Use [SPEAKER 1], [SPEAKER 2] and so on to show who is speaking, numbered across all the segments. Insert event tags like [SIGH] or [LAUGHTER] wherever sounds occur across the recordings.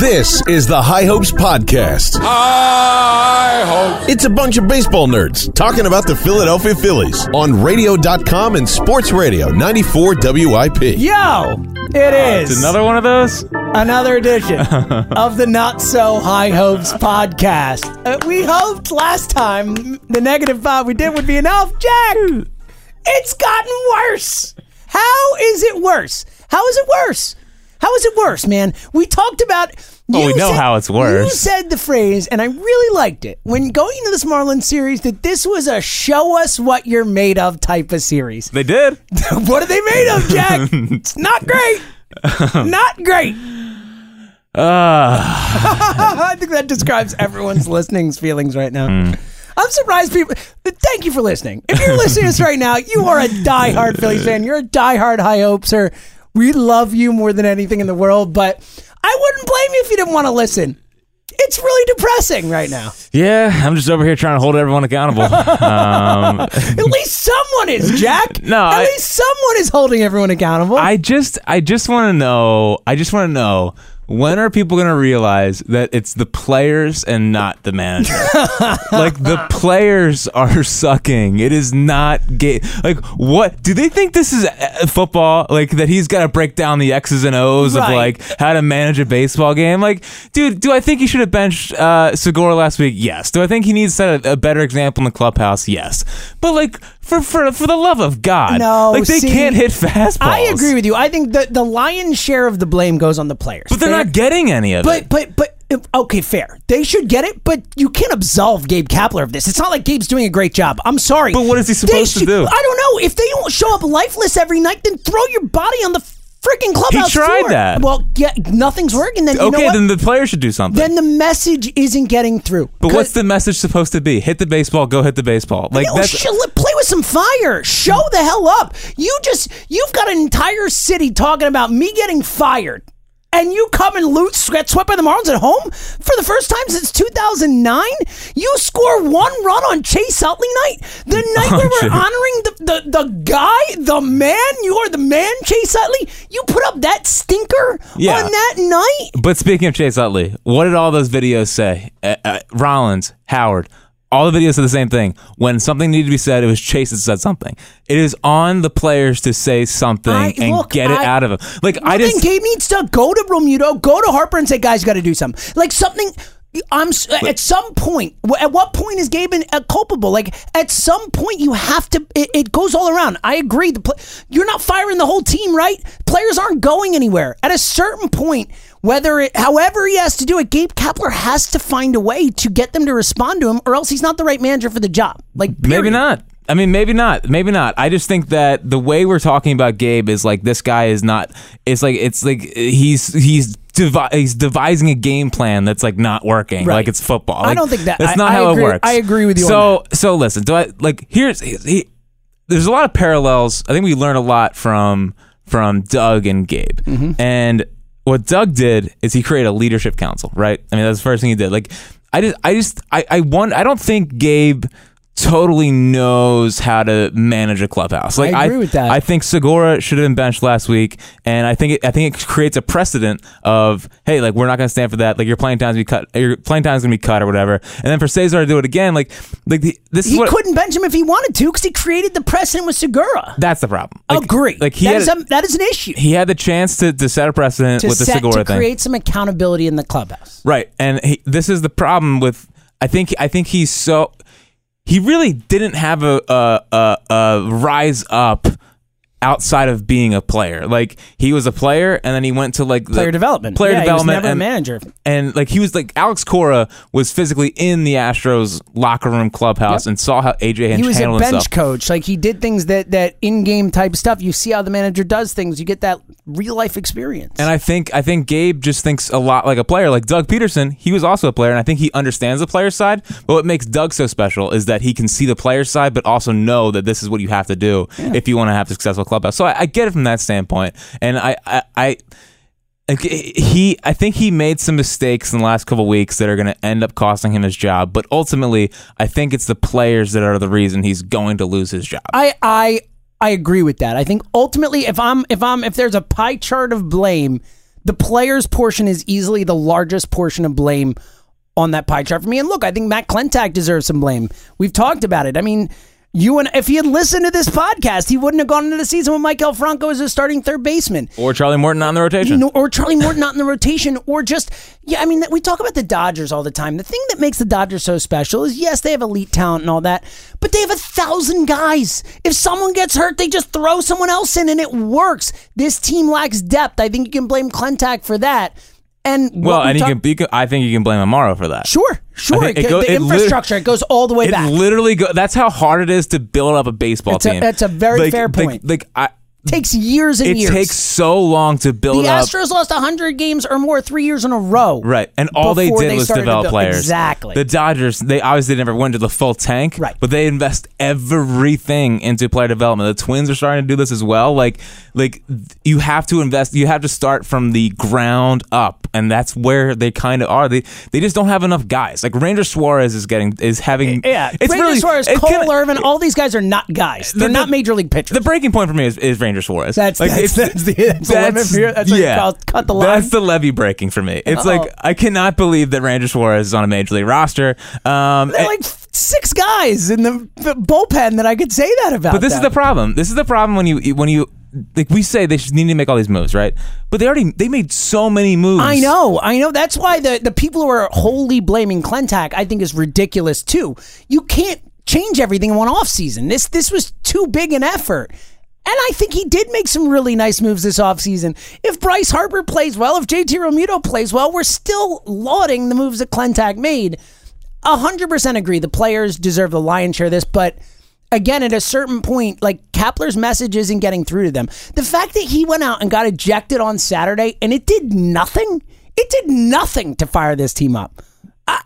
[SPEAKER 1] This is the High Hopes Podcast.
[SPEAKER 2] High hopes.
[SPEAKER 1] It's a bunch of baseball nerds talking about the Philadelphia Phillies on radio.com and sports radio 94 WIP.
[SPEAKER 3] Yo, it is
[SPEAKER 2] Uh, It's another one of those?
[SPEAKER 3] another
[SPEAKER 2] [LAUGHS]
[SPEAKER 3] edition of the Not So High Hopes podcast. Uh, we hoped last time the negative five we did would be enough.
[SPEAKER 2] [LAUGHS]
[SPEAKER 3] Jack, it's gotten worse. How is it worse? How is it worse? How is it worse, man? We talked about.
[SPEAKER 2] Well, we
[SPEAKER 3] you
[SPEAKER 2] know how it's worse.
[SPEAKER 3] You said the phrase, and I really liked it when going into this Marlins series that this was a show us what you're made of type of series.
[SPEAKER 2] They did.
[SPEAKER 3] [LAUGHS] what are they made of, Jack? it's not
[SPEAKER 2] [LAUGHS]
[SPEAKER 3] great. Not great. [LAUGHS]
[SPEAKER 2] Uh,
[SPEAKER 3] I think that describes everyone's listening's feelings right now.
[SPEAKER 2] Hmm.
[SPEAKER 3] I'm surprised people. Thank you for listening. If you're listening to us right now, you are a diehard
[SPEAKER 2] [LAUGHS]
[SPEAKER 3] Phillies fan. You're a diehard High Hopeser. We love you more than anything in the world, but I wouldn't blame you if you didn't want to listen. It's really depressing right now.
[SPEAKER 2] yeah, I'm just over here trying to hold everyone accountable. um,
[SPEAKER 3] At least someone is, Jack.
[SPEAKER 2] [LAUGHS] No,
[SPEAKER 3] At
[SPEAKER 2] I-
[SPEAKER 3] least someone is holding everyone accountable.
[SPEAKER 2] I just I just want to know, I just want to know when are people going to realize that it's the players and not the manager?
[SPEAKER 3] [LAUGHS]
[SPEAKER 2] like the players are sucking. It is not ga- like what do they think this is uh, football? Like that he's got to break down the X's and O's of
[SPEAKER 3] Right.
[SPEAKER 2] like how to manage a baseball game. Like, dude, do I think he should have benched uh, Segura last week? Yes. Do I think he needs to set a, a better example in the clubhouse? Yes. But like for for for the love of God,
[SPEAKER 3] No,
[SPEAKER 2] like they
[SPEAKER 3] see,
[SPEAKER 2] can't hit fastballs.
[SPEAKER 3] I agree with you. I think the, the lion's share of the blame goes on the players.
[SPEAKER 2] But they're not getting any of
[SPEAKER 3] But
[SPEAKER 2] it.
[SPEAKER 3] but but if- okay, fair. They should get it, but you can't absolve Gabe Kapler of this. It's not like Gabe's doing a great job. I'm sorry.
[SPEAKER 2] But what is he
[SPEAKER 3] They
[SPEAKER 2] supposed to
[SPEAKER 3] should-
[SPEAKER 2] do?
[SPEAKER 3] I don't know. If they don't show up lifeless every night, then throw your body on the freaking clubhouse
[SPEAKER 2] tried
[SPEAKER 3] floor.
[SPEAKER 2] that.
[SPEAKER 3] Well, yeah, nothing's working. Then you know
[SPEAKER 2] okay,
[SPEAKER 3] what?
[SPEAKER 2] then the player should do something.
[SPEAKER 3] Then the message isn't getting through.
[SPEAKER 2] but what's
[SPEAKER 3] Cause-
[SPEAKER 2] the message supposed to be? Hit the baseball, go hit the baseball. Like
[SPEAKER 3] No,
[SPEAKER 2] that's
[SPEAKER 3] sh- let- play with some fire. Show the hell up. You just you've got an entire city talking about me getting fired, and you come and loot get swept by the Marlins at home for the first time since 2009. You score one run on Chase Utley night,
[SPEAKER 2] [LAUGHS]
[SPEAKER 3] the night we
[SPEAKER 2] True.
[SPEAKER 3] were honoring the, the the guy, the man. You are the man, Chase Utley. You put up that stinker
[SPEAKER 2] Yeah.
[SPEAKER 3] on that night.
[SPEAKER 2] But speaking of Chase Utley, what did all those videos say? Uh, uh, Rollins, Howard, all the videos said the same thing. When something needed to be said, it was Chase that said something. It is on the players to say something
[SPEAKER 3] I-
[SPEAKER 2] and
[SPEAKER 3] look,
[SPEAKER 2] get it
[SPEAKER 3] I-
[SPEAKER 2] out of them. Like I
[SPEAKER 3] Well,
[SPEAKER 2] just
[SPEAKER 3] then Gabe needs to go to Romuto, go to Harper, and say, "Guys, got to do something." Like something. I'm s at some point. wh- At what point is Gabe in, uh, culpable? Like at some point, you have to. It, it goes all around. I agree. The pla you're not firing the whole team, right? Players aren't going anywhere. At a certain point, whether it, however he has to do it, Gabe Kapler has to find a way to get them to respond to him, or else he's not the right manager for the job. Like
[SPEAKER 2] Maybe
[SPEAKER 3] period.
[SPEAKER 2] not. I mean, maybe not. Maybe not. I just think that the way we're talking about Gabe is like this guy is not. It's like it's like he's he's devi- he's devising a game plan that's like not working.
[SPEAKER 3] Right.
[SPEAKER 2] Like it's football.
[SPEAKER 3] I
[SPEAKER 2] Like,
[SPEAKER 3] don't think that-
[SPEAKER 2] That's
[SPEAKER 3] I-
[SPEAKER 2] not
[SPEAKER 3] I
[SPEAKER 2] how
[SPEAKER 3] agree-
[SPEAKER 2] it works.
[SPEAKER 3] I agree with you on
[SPEAKER 2] So so listen. Do I like here's he, he- there's a lot of parallels. I think we learn a lot from from Doug and Gabe.
[SPEAKER 3] Mm-hmm.
[SPEAKER 2] And what Doug did is he created a leadership council, right? I mean, that's the first thing he did. Like I just I just I I want I don't think Gabe totally knows how to manage a clubhouse. Like
[SPEAKER 3] I agree with that.
[SPEAKER 2] I think Segura should have been benched last week, and I think it, I think it creates a precedent of hey, like we're not going to stand for that. Like your playing time's gonna be cut, your playing time's going to be cut or whatever. And then for Cesar to do it again, like like the, this is
[SPEAKER 3] He
[SPEAKER 2] what
[SPEAKER 3] couldn't bench him if he wanted to because he created the precedent with Segura.
[SPEAKER 2] that's the problem. Like,
[SPEAKER 3] Agree.
[SPEAKER 2] Like he
[SPEAKER 3] That
[SPEAKER 2] had,
[SPEAKER 3] is a- that is an issue.
[SPEAKER 2] he had the chance to, to set a precedent
[SPEAKER 3] to
[SPEAKER 2] with the
[SPEAKER 3] set- to
[SPEAKER 2] Segura thing.
[SPEAKER 3] create some accountability in the clubhouse.
[SPEAKER 2] Right, and he, this is the problem with. I think I think he's so. He really didn't have a a, a a rise up outside of being a player. Like he was a player, and then he went to like the-
[SPEAKER 3] Player development.
[SPEAKER 2] player
[SPEAKER 3] Yeah, he was
[SPEAKER 2] development,
[SPEAKER 3] never a
[SPEAKER 2] and
[SPEAKER 3] manager.
[SPEAKER 2] And like he was like Alex Cora was physically in the Astros locker room clubhouse and saw how AJ
[SPEAKER 3] He
[SPEAKER 2] Hinch
[SPEAKER 3] was a
[SPEAKER 2] handled
[SPEAKER 3] bench
[SPEAKER 2] himself.
[SPEAKER 3] coach. Like he did things that that in game type stuff. You see how the manager does things. You get that real life experience.
[SPEAKER 2] And I think I think Gabe just thinks a lot like a player. Like Doug Peterson, he was also a player, and I think he understands the player side. But what makes Doug so special is that he can see the player side, but also know that this is what you have to do if you want to have a successful clubhouse. So I, I get it from that standpoint, and I I. I like, he, I think he made some mistakes in the last couple weeks that are going to end up costing him his job. But ultimately, I think it's the players that are the reason he's going to lose his job.
[SPEAKER 3] I I I agree with that. I think ultimately, if I'm if I'm if there's a pie chart of blame, the players portion is easily the largest portion of blame on that pie chart for me. And look, I think Matt Clentak deserves some blame. We've talked about it. I mean. You and if he had listened to this podcast, he wouldn't have gone into the season with Michael Franco as a starting third baseman.
[SPEAKER 2] Or Charlie Morton on the rotation.
[SPEAKER 3] No, or Charlie Morton not in the rotation, or just yeah. I mean, we talk about the Dodgers all the time. The thing that makes the Dodgers so special is yes, they have elite talent and all that, but they have a thousand guys. If someone gets hurt, they just throw someone else in, and it works. This team lacks depth. I think you can blame Clentac for that. And what
[SPEAKER 2] well,
[SPEAKER 3] we
[SPEAKER 2] and you
[SPEAKER 3] talk-
[SPEAKER 2] can, you can. I think you can blame Amaro for that.
[SPEAKER 3] sure, sure.
[SPEAKER 2] think it
[SPEAKER 3] It-
[SPEAKER 2] go-
[SPEAKER 3] the
[SPEAKER 2] it lit-
[SPEAKER 3] infrastructure it goes all the way
[SPEAKER 2] it
[SPEAKER 3] back.
[SPEAKER 2] literally go, that's how hard it is to build up a baseball
[SPEAKER 3] It's a-
[SPEAKER 2] team.
[SPEAKER 3] that's a very
[SPEAKER 2] Like-
[SPEAKER 3] fair
[SPEAKER 2] like-
[SPEAKER 3] point.
[SPEAKER 2] Like, I,
[SPEAKER 3] takes years and
[SPEAKER 2] it
[SPEAKER 3] years.
[SPEAKER 2] takes so long to
[SPEAKER 3] the
[SPEAKER 2] build up.
[SPEAKER 3] Astros lost hundred games or more three years in a row.
[SPEAKER 2] Right, and all they
[SPEAKER 3] before
[SPEAKER 2] did
[SPEAKER 3] they
[SPEAKER 2] was
[SPEAKER 3] started to
[SPEAKER 2] develop
[SPEAKER 3] build-
[SPEAKER 2] players.
[SPEAKER 3] Exactly.
[SPEAKER 2] The Dodgers, they obviously never went to the full tank,
[SPEAKER 3] Right.
[SPEAKER 2] But they invest everything into player development. The Twins are starting to do this as well. Like, like th- you have to invest. You have to start from the ground up, and that's where they kind of are. They they just don't have enough guys. Like Ranger Suarez is getting is having.
[SPEAKER 3] Yeah,
[SPEAKER 2] it's
[SPEAKER 3] Ranger
[SPEAKER 2] really
[SPEAKER 3] Suarez,
[SPEAKER 2] it
[SPEAKER 3] Cole
[SPEAKER 2] kinda-
[SPEAKER 3] Irvin, all these guys are not guys. They're
[SPEAKER 2] the-
[SPEAKER 3] not major league pitchers.
[SPEAKER 2] The breaking point for me is, is Ranger Suarez.
[SPEAKER 3] That's- that's- that's the- that's the limit for you? That's where you call- cut the line?
[SPEAKER 2] That's the levy breaking for me. It's like I cannot believe that Ranger Suarez is on a major league roster. Um,
[SPEAKER 3] They're
[SPEAKER 2] and-
[SPEAKER 3] like six guys in the, the bullpen that I could say that about.
[SPEAKER 2] but this is the problem. This is the problem when you when you like we say they should need to make all these moves, right? But they already they made so many moves.
[SPEAKER 3] I know, I know. That's why the, the people who are wholly blaming Clentac, I think, is ridiculous too. You can't change everything in one offseason. This this was too big an effort. And I think he did make some really nice moves this offseason. If Bryce Harper plays well, if JT Romuto plays well, we're still lauding the moves that Clentac made. 100% agree. The players deserve the lion's share of this, but again, at a certain point, like Kapler's message isn't getting through to them. The fact that he went out and got ejected on Saturday and it did nothing, it did nothing to fire this team up. I,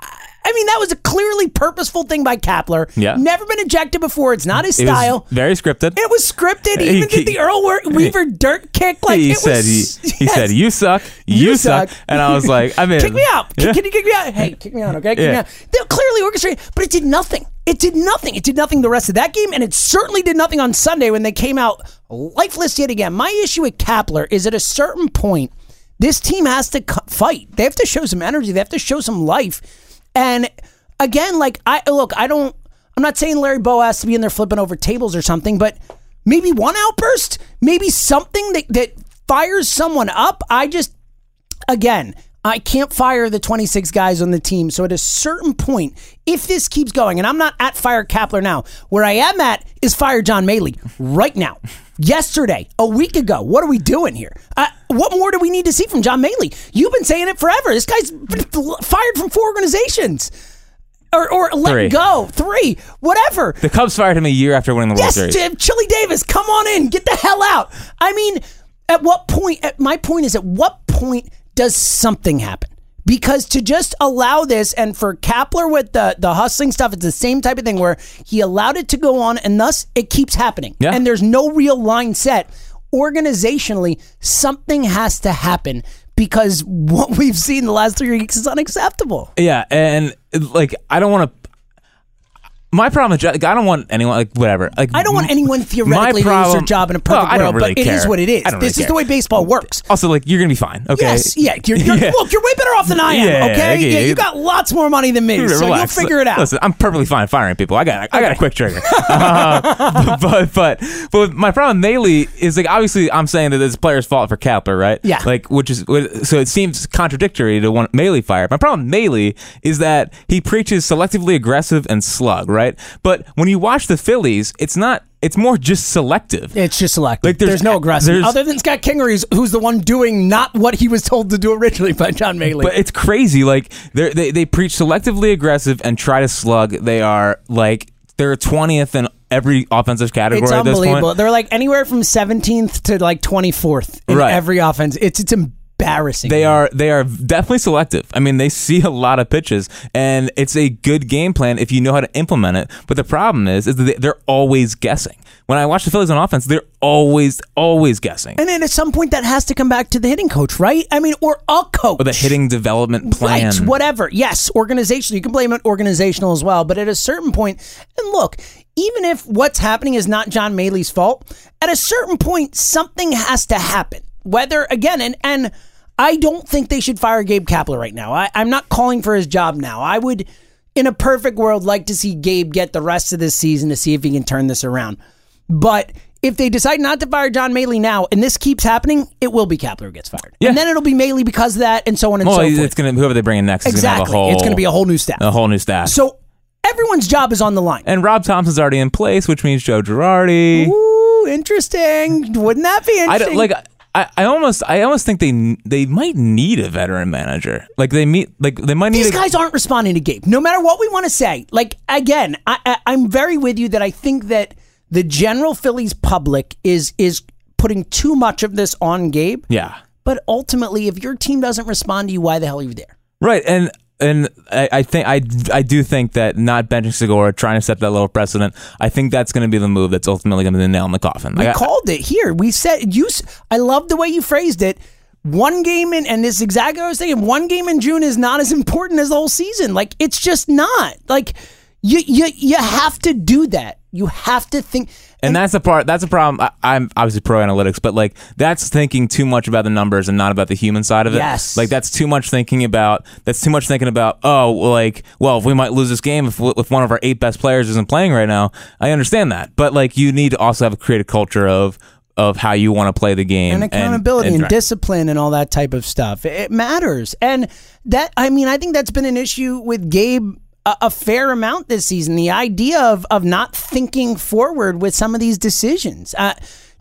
[SPEAKER 3] I mean, that was a clearly purposeful thing by Kapler.
[SPEAKER 2] Yeah.
[SPEAKER 3] Never been ejected before. It's not his
[SPEAKER 2] It was
[SPEAKER 3] style.
[SPEAKER 2] very scripted.
[SPEAKER 3] It was scripted. He
[SPEAKER 2] He
[SPEAKER 3] even did
[SPEAKER 2] ki-
[SPEAKER 3] the Earl Wer- Weaver dirt kick. Like
[SPEAKER 2] he
[SPEAKER 3] it
[SPEAKER 2] said
[SPEAKER 3] was,
[SPEAKER 2] he,
[SPEAKER 3] [LAUGHS]
[SPEAKER 2] he
[SPEAKER 3] Yes.
[SPEAKER 2] said you suck, you,
[SPEAKER 3] You
[SPEAKER 2] suck.
[SPEAKER 3] suck.
[SPEAKER 2] and I was like,
[SPEAKER 3] [LAUGHS]
[SPEAKER 2] I mean,
[SPEAKER 3] Kick me out. Can-
[SPEAKER 2] Yeah.
[SPEAKER 3] Can you kick me out? Hey, kick me out, okay? Kick me
[SPEAKER 2] Yeah.
[SPEAKER 3] out. They're clearly orchestrated, but it did nothing. It did nothing. It did nothing the rest of that game, and it certainly did nothing on Sunday when they came out lifeless yet again. My issue with Kapler is at a certain point, this team has to cu- fight. They have to show some energy. They have to show some life. And again, like I look, I don't. I'm not saying Larry Bo has to be in there flipping over tables or something, but maybe one outburst, maybe something that that fires someone up. I just again, I can't fire the 26 guys on the team. So at a certain point, if this keeps going, and I'm not at fire Kapler now, where I am at is fire John Maley right now. Yesterday, a week ago, what are we doing here? Uh, what more do we need to see from John Maley? You've been saying it forever. This guy's been fired from four organizations or, or let
[SPEAKER 2] Three.
[SPEAKER 3] go, three, whatever.
[SPEAKER 2] The Cubs fired him a year after winning the World
[SPEAKER 3] Yes,
[SPEAKER 2] Series.
[SPEAKER 3] Jim, Chili Davis, come on in. Get the hell out. I mean, at what point, at, my point is, at what point does something happen? Because to just allow this, and for Kapler with the, the hustling stuff, it's the same type of thing where he allowed it to go on, and thus it keeps happening.
[SPEAKER 2] Yeah.
[SPEAKER 3] And there's no real line set. Organizationally, something has to happen because what we've seen the last three weeks is unacceptable.
[SPEAKER 2] Yeah, and like I don't want to. my problem is, like, I don't want anyone like whatever. Like
[SPEAKER 3] I don't want anyone theoretically to lose their
[SPEAKER 2] problem-
[SPEAKER 3] job in a
[SPEAKER 2] Well,
[SPEAKER 3] perfect
[SPEAKER 2] I don't
[SPEAKER 3] world,
[SPEAKER 2] really
[SPEAKER 3] but it is
[SPEAKER 2] care.
[SPEAKER 3] what it is.
[SPEAKER 2] I don't
[SPEAKER 3] this
[SPEAKER 2] really
[SPEAKER 3] is the
[SPEAKER 2] care.
[SPEAKER 3] way baseball works.
[SPEAKER 2] Also, like you're gonna be fine. Okay.
[SPEAKER 3] Yes, yeah. You're, you're,
[SPEAKER 2] Yeah.
[SPEAKER 3] Look, you're way better off than I am.
[SPEAKER 2] Yeah,
[SPEAKER 3] okay,
[SPEAKER 2] okay,
[SPEAKER 3] yeah, you
[SPEAKER 2] you-
[SPEAKER 3] got lots more money than me, so you'll
[SPEAKER 2] Relax.
[SPEAKER 3] figure it out.
[SPEAKER 2] Listen, I'm perfectly fine firing people. I got I got a quick trigger.
[SPEAKER 3] [LAUGHS]
[SPEAKER 2] Uh, [LAUGHS] but, but but but my problem mainly is like obviously I'm saying that it's player's fault for Kapler, right?
[SPEAKER 3] Yeah.
[SPEAKER 2] Like which is so it seems contradictory to one Maley fire. My problem mainly is that he preaches selectively aggressive and slug, right? But when you watch the Phillies, it's not. It's more just selective.
[SPEAKER 3] It's just selective.
[SPEAKER 2] Like,
[SPEAKER 3] there's,
[SPEAKER 2] there's-
[SPEAKER 3] no aggressive.
[SPEAKER 2] there's-
[SPEAKER 3] Other than Scott Kingery's, who's the one doing not what he was told to do originally by John Maley.
[SPEAKER 2] But it's crazy. Like they're- they they preach selectively aggressive and try to slug. They are like they're twentieth in every offensive category.
[SPEAKER 3] it's
[SPEAKER 2] at this
[SPEAKER 3] unbelievable.
[SPEAKER 2] point.
[SPEAKER 3] They're like anywhere from 17th to like 24th in
[SPEAKER 2] Right.
[SPEAKER 3] every offense. It's it's embarrassing.
[SPEAKER 2] They are they are definitely selective. I mean, they see a lot of pitches, and it's a good game plan if you know how to implement it. But the problem is, is that they- they're always guessing. When I watch the Phillies on offense, they're always always guessing.
[SPEAKER 3] and then at some point that has to come back to the hitting coach, right? I mean, or a coach.
[SPEAKER 2] Or the hitting development plan.
[SPEAKER 3] Right, whatever. Yes, organizational. You can blame it organizational as well, but at a certain point, and look, even if what's happening is not John Maley's fault, at a certain point, something has to happen. Whether again, and and I don't think they should fire Gabe Kapler right now. I, I'm not calling for his job now. I would, in a perfect world, like to see Gabe get the rest of this season to see if he can turn this around. But if they decide not to fire John Maley now, and this keeps happening, it will be Kapler who gets fired,
[SPEAKER 2] Yeah.
[SPEAKER 3] and then it'll be Maley because of that, and so on and
[SPEAKER 2] Well,
[SPEAKER 3] so forth.
[SPEAKER 2] it's gonna whoever they bring in next is gonna have
[SPEAKER 3] Exactly.
[SPEAKER 2] a whole
[SPEAKER 3] it's going to be a whole new staff.
[SPEAKER 2] a whole new staff.
[SPEAKER 3] So everyone's job is on the line.
[SPEAKER 2] and Rob Thompson's already in place, which means Joe Girardi.
[SPEAKER 3] Ooh, interesting. Wouldn't that be interesting?
[SPEAKER 2] I don't, like I, I almost I almost think they they might need a veteran manager. Like they meet like they might need
[SPEAKER 3] These
[SPEAKER 2] a,
[SPEAKER 3] guys aren't responding to Gabe. No matter what we want to say, like again, I, I, I'm very with you that I think that the general Phillies public is is putting too much of this on Gabe.
[SPEAKER 2] yeah
[SPEAKER 3] But ultimately, if your team doesn't respond to you, why the hell are you there?
[SPEAKER 2] right and and I, I think I I do think that not benching Segura trying to set that lower precedent. I think that's going to be the move that's ultimately going to be the nail in the coffin.
[SPEAKER 3] We
[SPEAKER 2] Like, I-
[SPEAKER 3] called it here. We said you. s- I love the way you phrased it. One game in, and this is exactly what I was saying. One game in June is not as important as the whole season. Like it's just not. Like you, you, you have to do that. You have to think.
[SPEAKER 2] and that's the part that's the problem I, i'm obviously pro analytics but like that's thinking too much about the numbers and not about the human side of it
[SPEAKER 3] Yes.
[SPEAKER 2] like that's too much thinking about that's too much thinking about oh well, like well if we might lose this game if, if one of our eight best players isn't playing right now i understand that but like you need to also have create a culture of of how you want to play the game
[SPEAKER 3] and accountability and,
[SPEAKER 2] right.
[SPEAKER 3] discipline and all that type of stuff. It matters, and that I mean, I think that's been an issue with Gabe a, a fair amount this season. The idea of of not thinking forward with some of these decisions, uh,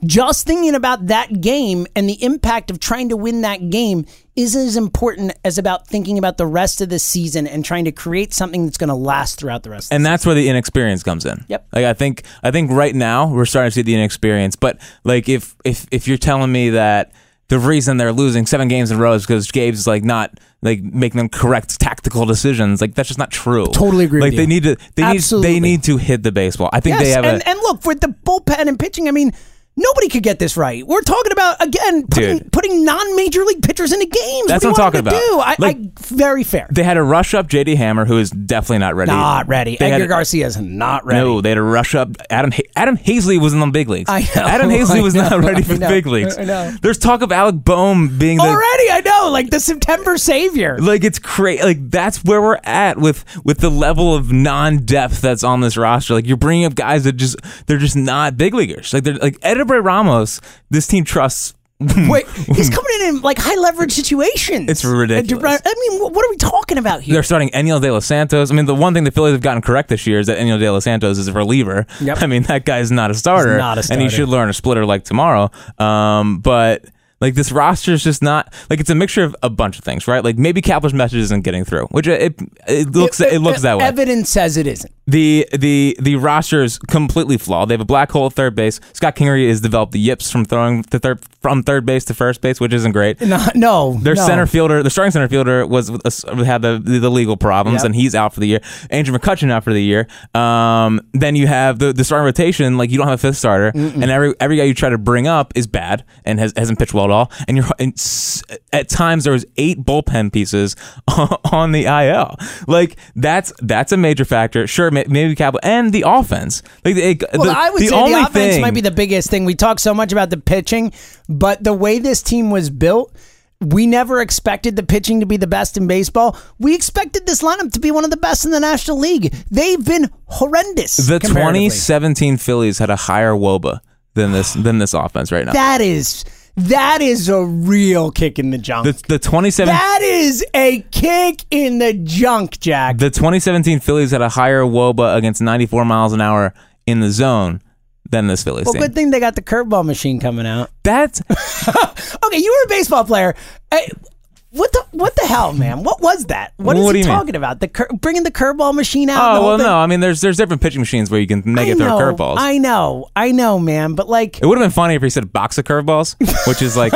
[SPEAKER 3] just thinking about that game and the impact of trying to win that game is as important as about thinking about the rest of the season and trying to create something that's going to last throughout the rest. of the
[SPEAKER 2] and that's where the inexperience comes in.
[SPEAKER 3] Yep.
[SPEAKER 2] Like I think I think right now we're starting to see the inexperience. But like if if if you're telling me that the reason they're losing seven games in a row is because Gabe's like not like making them correct tactical decisions, like that's just not true.
[SPEAKER 3] Totally agree
[SPEAKER 2] Like
[SPEAKER 3] with
[SPEAKER 2] they
[SPEAKER 3] you.
[SPEAKER 2] need to they
[SPEAKER 3] Absolutely.
[SPEAKER 2] need they need to hit the baseball. I think
[SPEAKER 3] Yes,
[SPEAKER 2] they have
[SPEAKER 3] and,
[SPEAKER 2] a
[SPEAKER 3] and look with the bullpen and pitching. I mean, nobody could get this right. We're talking about again putting,
[SPEAKER 2] Dude.
[SPEAKER 3] putting non-major league pitchers into games.
[SPEAKER 2] That's
[SPEAKER 3] do
[SPEAKER 2] what I'm
[SPEAKER 3] you want
[SPEAKER 2] talking
[SPEAKER 3] them to
[SPEAKER 2] about.
[SPEAKER 3] Do? I,
[SPEAKER 2] Like-
[SPEAKER 3] I, very fair.
[SPEAKER 2] they had a rush up JD Hammer who is definitely not ready.
[SPEAKER 3] not ready.
[SPEAKER 2] They
[SPEAKER 3] Edgar
[SPEAKER 2] had-
[SPEAKER 3] Garcia's not ready.
[SPEAKER 2] No, they had a rush up. Adam Ha- Adam Hazley was in the big leagues.
[SPEAKER 3] I know,
[SPEAKER 2] Adam
[SPEAKER 3] I
[SPEAKER 2] Hazley was
[SPEAKER 3] know,
[SPEAKER 2] not
[SPEAKER 3] I
[SPEAKER 2] ready for the
[SPEAKER 3] know,
[SPEAKER 2] big leagues.
[SPEAKER 3] I know. Oh,
[SPEAKER 2] There's talk of Alec Boehm being the
[SPEAKER 3] Already, I know, like the September savior.
[SPEAKER 2] Like it's crazy. Like that's where we're at with with the level of non depth that's on this roster. Like you're bringing up guys that just they're just not big leaguers. Like they're like Edinburgh Ramos. This team trusts.
[SPEAKER 3] [LAUGHS] Wait, he's coming in in like high leverage situations.
[SPEAKER 2] It's ridiculous.
[SPEAKER 3] I mean, wh- what are we talking about here?
[SPEAKER 2] They're starting Eniel De Los Santos. I mean, the one thing the Phillies have gotten correct this year is that Eniel De Los Santos is a reliever.
[SPEAKER 3] Yep.
[SPEAKER 2] I mean, that guy's not a starter.
[SPEAKER 3] not a
[SPEAKER 2] And
[SPEAKER 3] starter.
[SPEAKER 2] he should learn a splitter like tomorrow. Um, but like this roster is just not like it's a mixture of a bunch of things, right? Like maybe Kapler's message isn't getting through, which it it looks it, looks that way.
[SPEAKER 3] Evidence says it isn't.
[SPEAKER 2] The the the roster is completely flawed. They have a black hole at third base. Scott Kingery has developed the yips from throwing to third from third base to first base, which isn't great.
[SPEAKER 3] No, no.
[SPEAKER 2] Their
[SPEAKER 3] no.
[SPEAKER 2] center fielder, the starting center fielder, was had the the legal problems,
[SPEAKER 3] Yep.
[SPEAKER 2] and he's out for the year. Andrew McCutcheon out for the year. Um, then you have the, the starting rotation, like you don't have a fifth starter, and every every guy you try to bring up is bad and has hasn't pitched well at all. And you're and s- at times there was eight [LAUGHS] bullpen pieces on the IL. Like that's that's a major factor. Sure, ma- ma- maybe Kapler and the offense. Like it,
[SPEAKER 3] Well,
[SPEAKER 2] the,
[SPEAKER 3] I would
[SPEAKER 2] the
[SPEAKER 3] say
[SPEAKER 2] only
[SPEAKER 3] the offense
[SPEAKER 2] thing,
[SPEAKER 3] might be the biggest thing. We talk so much about the pitching, but the way this team was built, we never expected the pitching to be the best in baseball. We expected this lineup to be one of the best in the National League. They've been horrendous.
[SPEAKER 2] the
[SPEAKER 3] comparatively.
[SPEAKER 2] 2017 Phillies had a higher WOBA than this than this offense right now.
[SPEAKER 3] That is that is a real kick in the junk.
[SPEAKER 2] the the 27
[SPEAKER 3] that is a kick in the junk, Jack.
[SPEAKER 2] the 2017 Phillies had a higher WOBA against 94 miles an hour in the zone than this Phillies
[SPEAKER 3] well,
[SPEAKER 2] team.
[SPEAKER 3] good thing they got the curveball machine coming out. [LAUGHS]
[SPEAKER 2] That's
[SPEAKER 3] Okay, you were a baseball player. Hey, what the what the hell, man? What was that? What is
[SPEAKER 2] What do
[SPEAKER 3] he
[SPEAKER 2] you mean?
[SPEAKER 3] talking about? The cur- bringing the curveball machine out. and the
[SPEAKER 2] oh
[SPEAKER 3] whole
[SPEAKER 2] well
[SPEAKER 3] thing?
[SPEAKER 2] no. I mean there's there's different pitching machines where you can make
[SPEAKER 3] I
[SPEAKER 2] it
[SPEAKER 3] know,
[SPEAKER 2] throw curveballs.
[SPEAKER 3] I know, I know, man. But like,
[SPEAKER 2] It would have been funny if he said box of curveballs, which is like a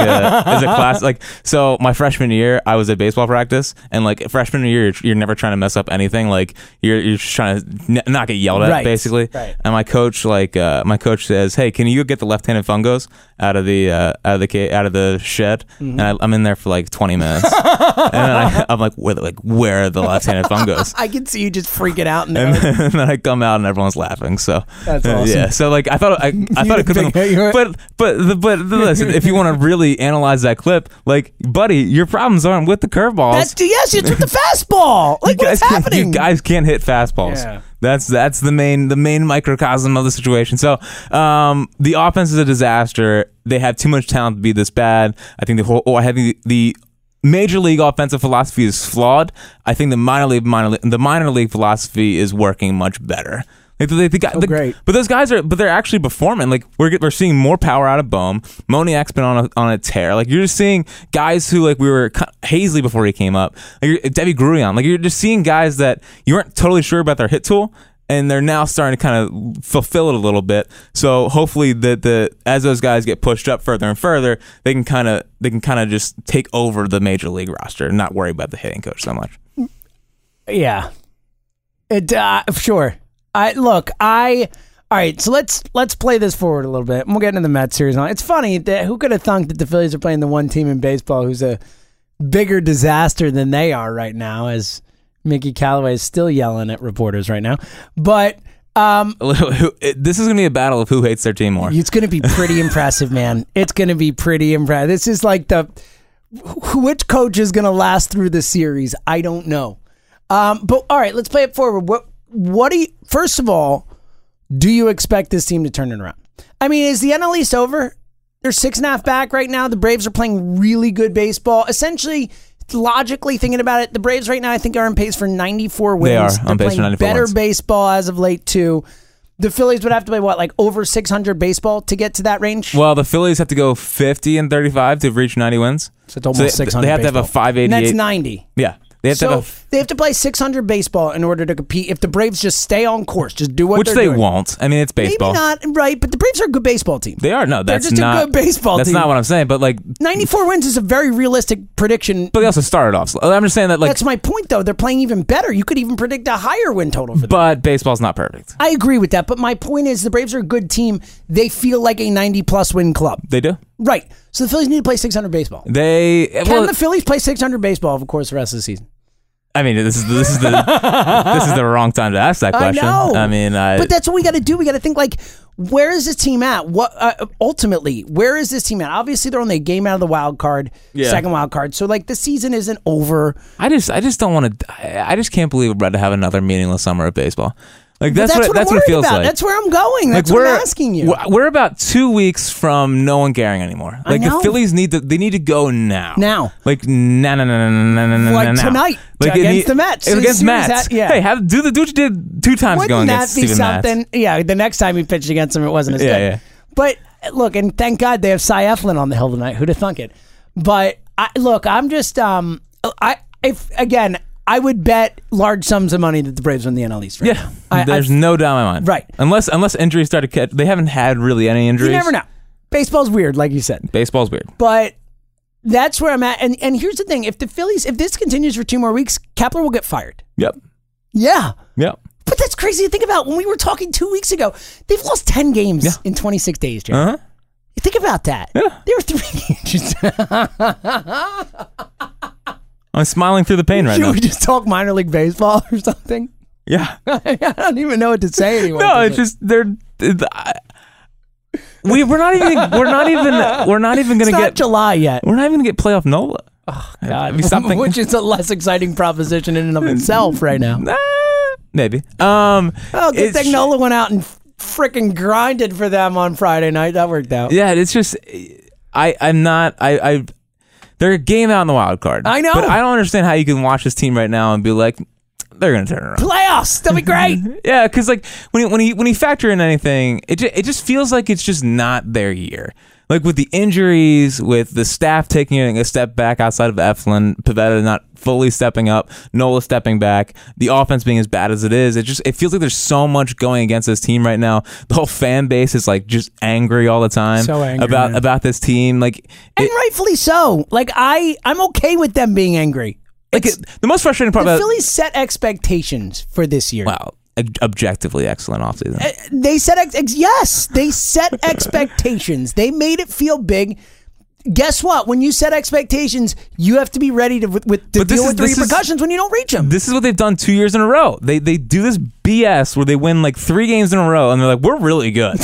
[SPEAKER 2] is a class like. So my freshman year, I was at baseball practice, and like freshman year, you're, you're never trying to mess up anything. Like you're you're just trying to n- not get yelled at,
[SPEAKER 3] Right,
[SPEAKER 2] basically.
[SPEAKER 3] right.
[SPEAKER 2] And my coach, like uh, my coach says, "Hey, can you get the left-handed fungos out of the uh, out of the ca- out of the shed?"
[SPEAKER 3] Mm-hmm.
[SPEAKER 2] And I, I'm in there for like
[SPEAKER 3] [LAUGHS]
[SPEAKER 2] 20 minutes, and then I, I'm like, "Where the, like where are the left-handed fungos?"
[SPEAKER 3] I can see you just freaking out. And
[SPEAKER 2] [LAUGHS] and then, I come out and everyone's laughing. So
[SPEAKER 3] That's
[SPEAKER 2] uh,
[SPEAKER 3] awesome.
[SPEAKER 2] Yeah. So like I thought I, I thought it could
[SPEAKER 3] didn't think
[SPEAKER 2] have
[SPEAKER 3] that [LAUGHS] you were-
[SPEAKER 2] been, but but the, but the- listen, if
[SPEAKER 3] [LAUGHS]
[SPEAKER 2] you want to really analyze that clip, like buddy, your problems aren't with the curveballs.
[SPEAKER 3] that's yes, it's with the fastball. Like,
[SPEAKER 2] you guys
[SPEAKER 3] what's
[SPEAKER 2] can't-
[SPEAKER 3] happening?
[SPEAKER 2] You guys can't hit fastballs.
[SPEAKER 3] Yeah.
[SPEAKER 2] That's that's the main the main microcosm of the situation. So um, the offense is a disaster. They have too much talent to be this bad. I think the whole oh, I have the, the major league offensive philosophy is flawed. I think the minor league minor league- the minor league philosophy is working much better. Like the, the, the, guy- the-
[SPEAKER 3] great.
[SPEAKER 2] but those guys are, but they're actually performing. Like we're get- we're seeing more power out of Bohm. Moniac's been on a, on a tear. Like you're just seeing guys who like we were cut, Hazley before he came up. Like you're, Debbie Gruyon. Like you're just seeing guys that you weren't totally sure about their hit tool, and they're now starting to kind of fulfill it a little bit. So hopefully that the as those guys get pushed up further and further, they can kind of they can kind of just take over the major league roster and not worry about the hitting coach so much.
[SPEAKER 3] Yeah. It uh, sure. I look. I all right. So let's let's play this forward a little bit. And we'll get into the Mets series. Now. It's funny that who could have thunk that the Phillies are playing the one team in baseball who's a bigger disaster than they are right now. As Mickey Callaway is still yelling at reporters right now, but um,
[SPEAKER 2] this is gonna be a battle of who hates their team more.
[SPEAKER 3] it's going to be pretty impressive, man. It's going to be pretty impressive. This is like the wh- which coach is going to last through the series. I don't know. Um, but all right, let's play it forward. What what do you first of all? Do you expect this team to turn it around? I mean, is the NL East over? They're six and a half back right now. The Braves are playing really good baseball. Essentially, logically thinking about it, the Braves right now I think are on pace for 94 wins.
[SPEAKER 2] They are
[SPEAKER 3] They're
[SPEAKER 2] on pace for
[SPEAKER 3] playing
[SPEAKER 2] 94
[SPEAKER 3] better
[SPEAKER 2] wins.
[SPEAKER 3] baseball as of late too. The Phillies would have to play what, like over 600 baseball to get to that range.
[SPEAKER 2] Well, the Phillies have to go 50 and 35 to reach 90 wins.
[SPEAKER 3] so it's almost
[SPEAKER 2] they-
[SPEAKER 3] 600.
[SPEAKER 2] They have to have a
[SPEAKER 3] baseball. And
[SPEAKER 2] 588.
[SPEAKER 3] That's 90.
[SPEAKER 2] yeah. They have
[SPEAKER 3] so
[SPEAKER 2] to have a,
[SPEAKER 3] they have to play 600 baseball in order to compete. If the Braves just stay on course, just do what
[SPEAKER 2] which
[SPEAKER 3] they're
[SPEAKER 2] they
[SPEAKER 3] doing.
[SPEAKER 2] won't. I mean, it's baseball.
[SPEAKER 3] Maybe not right, but the Braves are a good baseball team.
[SPEAKER 2] They are no. That's
[SPEAKER 3] just a
[SPEAKER 2] not
[SPEAKER 3] good baseball
[SPEAKER 2] That's
[SPEAKER 3] team.
[SPEAKER 2] not what I'm saying. But like,
[SPEAKER 3] 94 wins is a very realistic prediction.
[SPEAKER 2] but they also started off. slow. I'm just saying that like,
[SPEAKER 3] That's my point, though. They're playing even better. You could even predict a higher win total for them.
[SPEAKER 2] but baseball's not perfect.
[SPEAKER 3] I agree with that, but my point is the Braves are a good team. They feel like a 90 plus win club.
[SPEAKER 2] They do.
[SPEAKER 3] Right. So the Phillies need to play 600 baseball.
[SPEAKER 2] They
[SPEAKER 3] Can
[SPEAKER 2] well,
[SPEAKER 3] the Phillies play 600 baseball over the course of the rest of the season?
[SPEAKER 2] I mean, this is this is the this is
[SPEAKER 3] [LAUGHS]
[SPEAKER 2] the wrong time to ask that question.
[SPEAKER 3] I know.
[SPEAKER 2] mean, I,
[SPEAKER 3] but that's what we got to do. We got to think like, where is this team at? What uh, ultimately, where is this team at? Obviously, they're only a game out of the wild card,
[SPEAKER 2] Yeah.
[SPEAKER 3] second wild card. So like, the season isn't over.
[SPEAKER 2] I just I just don't want to. I I just can't believe we're about to have another meaningless summer of baseball. Like
[SPEAKER 3] But
[SPEAKER 2] that's,
[SPEAKER 3] that's,
[SPEAKER 2] what,
[SPEAKER 3] what,
[SPEAKER 2] that's
[SPEAKER 3] I'm
[SPEAKER 2] what it
[SPEAKER 3] worried
[SPEAKER 2] feels
[SPEAKER 3] about.
[SPEAKER 2] like.
[SPEAKER 3] That's where I'm going. That's what I'm asking you.
[SPEAKER 2] We're, we're about two weeks from no one caring anymore.
[SPEAKER 3] I
[SPEAKER 2] Like
[SPEAKER 3] know.
[SPEAKER 2] the Phillies need to. They need to go now.
[SPEAKER 3] Now.
[SPEAKER 2] Like na na na na na na na
[SPEAKER 3] Like
[SPEAKER 2] na, now.
[SPEAKER 3] tonight,
[SPEAKER 2] it
[SPEAKER 3] against
[SPEAKER 2] need-
[SPEAKER 3] the Mets.
[SPEAKER 2] It,
[SPEAKER 3] As
[SPEAKER 2] against
[SPEAKER 3] soon as
[SPEAKER 2] Mets.
[SPEAKER 3] that- yeah.
[SPEAKER 2] Hey, have do the do what you did two times ago
[SPEAKER 3] Wouldn't that
[SPEAKER 2] against
[SPEAKER 3] be
[SPEAKER 2] Steven Matz.
[SPEAKER 3] something? Yeah, the next time we pitched against them, it wasn't as
[SPEAKER 2] Yeah,
[SPEAKER 3] good.
[SPEAKER 2] yeah.
[SPEAKER 3] But uh, look, and thank God they have Cy Eflin on the hill tonight. Who'd have thunk it? But I, look, I'm just um, I if again, I would bet large sums of money that the Braves win the NL East. Right
[SPEAKER 2] Yeah.
[SPEAKER 3] now. I- I-
[SPEAKER 2] There's no doubt in my mind.
[SPEAKER 3] Right.
[SPEAKER 2] Unless unless injuries start to catch. They haven't had really any injuries.
[SPEAKER 3] you never know. Baseball's weird, like you said.
[SPEAKER 2] Baseball's weird.
[SPEAKER 3] but that's where I'm at. And and here's the thing: if the Phillies, if this continues for two more weeks, Kepler will get fired.
[SPEAKER 2] Yep.
[SPEAKER 3] Yeah,
[SPEAKER 2] Yep.
[SPEAKER 3] but that's crazy to think about. When we were talking two weeks ago, they've lost ten games in 26 days. Jared.
[SPEAKER 2] Uh huh.
[SPEAKER 3] Think about that.
[SPEAKER 2] Yeah.
[SPEAKER 3] They were three [LAUGHS] games.
[SPEAKER 2] I'm smiling through the pain right
[SPEAKER 3] Should [LAUGHS]
[SPEAKER 2] now.
[SPEAKER 3] we just talk minor league baseball or something? [LAUGHS]
[SPEAKER 2] Yeah.
[SPEAKER 3] I don't even know what to say anymore.
[SPEAKER 2] No, it's just they're. it- I- we we're not even we're not even we're not even
[SPEAKER 3] it's
[SPEAKER 2] gonna
[SPEAKER 3] not
[SPEAKER 2] get
[SPEAKER 3] July yet.
[SPEAKER 2] we're not even gonna get playoff Nola. Oh God, It'd
[SPEAKER 3] [LAUGHS]
[SPEAKER 2] be [LAUGHS] something.
[SPEAKER 3] Which is a less exciting proposition in and of itself right
[SPEAKER 2] [LAUGHS]
[SPEAKER 3] now.
[SPEAKER 2] Ah, maybe. Um,
[SPEAKER 3] Oh, good
[SPEAKER 2] it's-
[SPEAKER 3] thing Nola went out and freaking grinded for them on Friday night. That worked out.
[SPEAKER 2] Yeah, it's just I I'm not I I they're a game out in the wild card.
[SPEAKER 3] I know.
[SPEAKER 2] but I don't understand how you can watch this team right now and be like they're gonna turn around.
[SPEAKER 3] Playoffs, that'll be
[SPEAKER 2] [LAUGHS]
[SPEAKER 3] great.
[SPEAKER 2] Yeah, because like when you, when you when you factor in anything, it ju- it just feels like it's just not their year. Like with the injuries, with the staff taking a step back outside of Eflin, Pavetta not fully stepping up, Nola stepping back, the offense being as bad as it is, it just it feels like there's so much going against this team right now. The whole fan base is like just angry all the time
[SPEAKER 3] So angry,
[SPEAKER 2] about
[SPEAKER 3] man.
[SPEAKER 2] about this team. Like
[SPEAKER 3] and
[SPEAKER 2] it,
[SPEAKER 3] rightfully so. Like I, I'm okay with them being angry.
[SPEAKER 2] like it, the most frustrating part
[SPEAKER 3] The
[SPEAKER 2] about
[SPEAKER 3] Phillies set expectations for this year.
[SPEAKER 2] wow, ob- objectively excellent offseason.
[SPEAKER 3] They set ex- ex- yes, they
[SPEAKER 2] [LAUGHS]
[SPEAKER 3] set expectations. They made it feel big. Guess what? When you set expectations, you have to be ready to with, with to
[SPEAKER 2] But this
[SPEAKER 3] deal
[SPEAKER 2] is-
[SPEAKER 3] with the
[SPEAKER 2] this is-
[SPEAKER 3] repercussions when you don't reach them.
[SPEAKER 2] this is what they've done two years in a row. They they do this BS where they win like three games in a row, and they're like, "We're really
[SPEAKER 3] [LAUGHS]
[SPEAKER 2] good.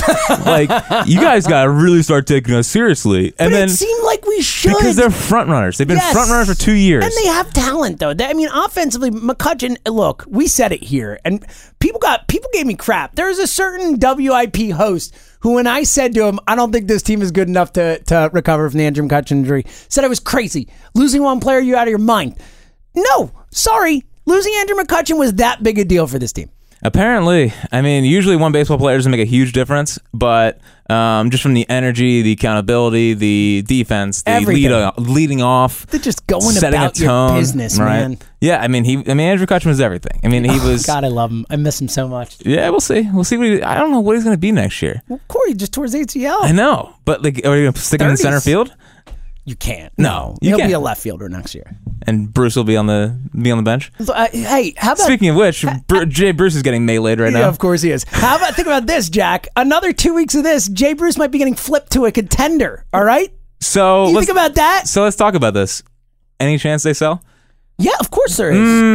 [SPEAKER 2] like you guys got to really start taking us seriously."
[SPEAKER 3] but
[SPEAKER 2] And then
[SPEAKER 3] it seemed like we should
[SPEAKER 2] because they're front runners, they've been
[SPEAKER 3] Yes.
[SPEAKER 2] front runners for two years.
[SPEAKER 3] And they have talent, though. They- I mean, offensively, McCutcheon, look, we said it here, and people got people gave me crap. There's a certain WIP host who, when I said to him, I don't think this team is good enough to, to recover from the Andrew McCutcheon injury, said I was crazy. Losing one player, you out of your mind. No, sorry. Losing Andrew McCutcheon was that big a deal for this team.
[SPEAKER 2] Apparently, I mean, usually one baseball player doesn't make a huge difference, but um, just from the energy, the accountability, the defense, the
[SPEAKER 3] Everything.
[SPEAKER 2] lead, uh, leading off,
[SPEAKER 3] They're just going
[SPEAKER 2] setting
[SPEAKER 3] about
[SPEAKER 2] a
[SPEAKER 3] your
[SPEAKER 2] tone,
[SPEAKER 3] business,
[SPEAKER 2] right?
[SPEAKER 3] man. Oh,
[SPEAKER 2] Yeah, I mean, he, I mean, Andrew Kutchman was everything. I mean, he was.
[SPEAKER 3] God, I love him. I miss him so much.
[SPEAKER 2] Yeah, we'll see. We'll see. What he, I don't know what he's going to be next year.
[SPEAKER 3] Corey just towards ATL.
[SPEAKER 2] I know, but like, are you gonna stick him in
[SPEAKER 3] 30s.
[SPEAKER 2] center field?
[SPEAKER 3] you can't.
[SPEAKER 2] No, you
[SPEAKER 3] he'll
[SPEAKER 2] can't.
[SPEAKER 3] be a left fielder next year.
[SPEAKER 2] And Bruce will be on the be on the bench.
[SPEAKER 3] Uh, hey, how about
[SPEAKER 2] Speaking of which, Bru- Jay Bruce is getting made later right
[SPEAKER 3] Yeah,
[SPEAKER 2] now.
[SPEAKER 3] of course he is. How about think about this, Jack? Another two weeks of this, Jay Bruce might be getting flipped to a contender. All right,
[SPEAKER 2] So
[SPEAKER 3] you
[SPEAKER 2] let's
[SPEAKER 3] think about that?
[SPEAKER 2] so let's talk about this. Any chance they sell?
[SPEAKER 3] Yeah, of course there is.
[SPEAKER 2] Mm,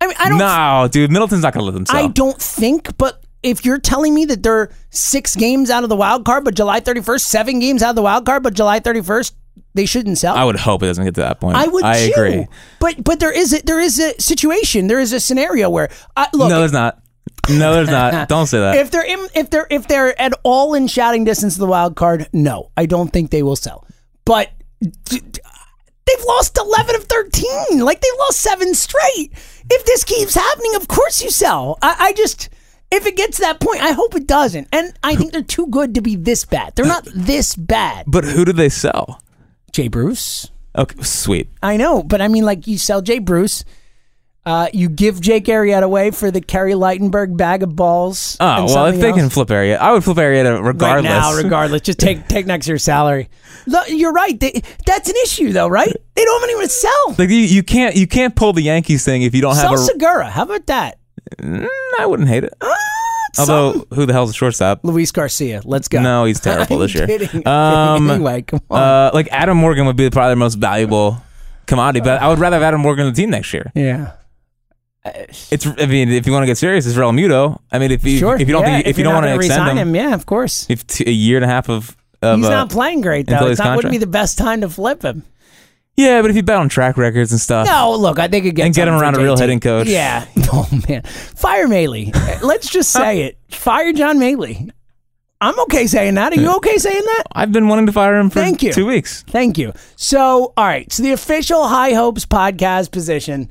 [SPEAKER 3] I mean, I don't,
[SPEAKER 2] No, dude, Middleton's not gonna let them sell.
[SPEAKER 3] I don't think, but if you're telling me that they're six games out of the wild card, but July 31st, seven games out of the wild card, but July 31st, they shouldn't sell.
[SPEAKER 2] I would hope it doesn't get to that point.
[SPEAKER 3] I would.
[SPEAKER 2] I
[SPEAKER 3] too.
[SPEAKER 2] agree.
[SPEAKER 3] But but there is a, there is a situation. There is a scenario where I, look.
[SPEAKER 2] no, there's not. No,
[SPEAKER 3] [LAUGHS]
[SPEAKER 2] there's not. Don't say that.
[SPEAKER 3] if they're in, if they're if they're at all in shouting distance of the wild card, no, I don't think they will sell. But d- d- they've lost eleven of thirteen, like they lost seven straight. If this keeps happening, of course you sell. I, I just if it gets to that point, I hope it doesn't. And I think they're too good to be this bad. They're not this bad.
[SPEAKER 2] but who do they sell?
[SPEAKER 3] Jay Bruce,
[SPEAKER 2] Okay, sweet.
[SPEAKER 3] I know, but I mean, like you sell Jay Bruce. Uh, you give Jake Arrieta away for the Kerry Leitenberg bag of balls.
[SPEAKER 2] Oh
[SPEAKER 3] and
[SPEAKER 2] well, if
[SPEAKER 3] something
[SPEAKER 2] they
[SPEAKER 3] else.
[SPEAKER 2] can flip Arietta, I would flip Arietta regardless.
[SPEAKER 3] Right now, regardless, just take take next year's salary. Look, you're right. They, that's an issue, though, right? They don't have anyone to sell.
[SPEAKER 2] [LAUGHS] like you, you can't you can't pull the Yankees thing if you don't have
[SPEAKER 3] Sell
[SPEAKER 2] a.
[SPEAKER 3] Segura. How about that?
[SPEAKER 2] Mm, I wouldn't hate it. Although,
[SPEAKER 3] Although
[SPEAKER 2] who the hell's the shortstop?
[SPEAKER 3] Luis Garcia, let's go. [LAUGHS]
[SPEAKER 2] No, he's terrible
[SPEAKER 3] I'm
[SPEAKER 2] this year.
[SPEAKER 3] kidding. [LAUGHS]
[SPEAKER 2] Um,
[SPEAKER 3] anyway, come on.
[SPEAKER 2] Uh, like Adam Morgan would be probably the most valuable commodity, but I would rather have Adam Morgan on the team next year.
[SPEAKER 3] yeah.
[SPEAKER 2] It's I mean, if you want to get serious, it's Real Muto. I mean, if you
[SPEAKER 3] Sure.
[SPEAKER 2] if you don't
[SPEAKER 3] yeah,
[SPEAKER 2] think, if, you
[SPEAKER 3] you're
[SPEAKER 2] don't
[SPEAKER 3] not
[SPEAKER 2] want to
[SPEAKER 3] gonna
[SPEAKER 2] extend
[SPEAKER 3] resign
[SPEAKER 2] him,
[SPEAKER 3] him, yeah, of course.
[SPEAKER 2] if t- a year and a half of, of
[SPEAKER 3] He's
[SPEAKER 2] uh,
[SPEAKER 3] not playing great though.
[SPEAKER 2] until
[SPEAKER 3] It's
[SPEAKER 2] his
[SPEAKER 3] not wouldn't
[SPEAKER 2] contract.
[SPEAKER 3] be the best time to flip him.
[SPEAKER 2] yeah, but if you bet on track records and stuff,
[SPEAKER 3] No, look, I think it gets
[SPEAKER 2] And get him
[SPEAKER 3] something for
[SPEAKER 2] around a real
[SPEAKER 3] JT.
[SPEAKER 2] hitting coach.
[SPEAKER 3] Yeah. [LAUGHS] Oh man, fire Maley. Let's just say it. Fire John Maley. I'm okay saying that. Are you okay saying that?
[SPEAKER 2] I've been wanting to fire him for
[SPEAKER 3] Thank you.
[SPEAKER 2] two weeks.
[SPEAKER 3] Thank you. So, all right. So the official High Hopes podcast position: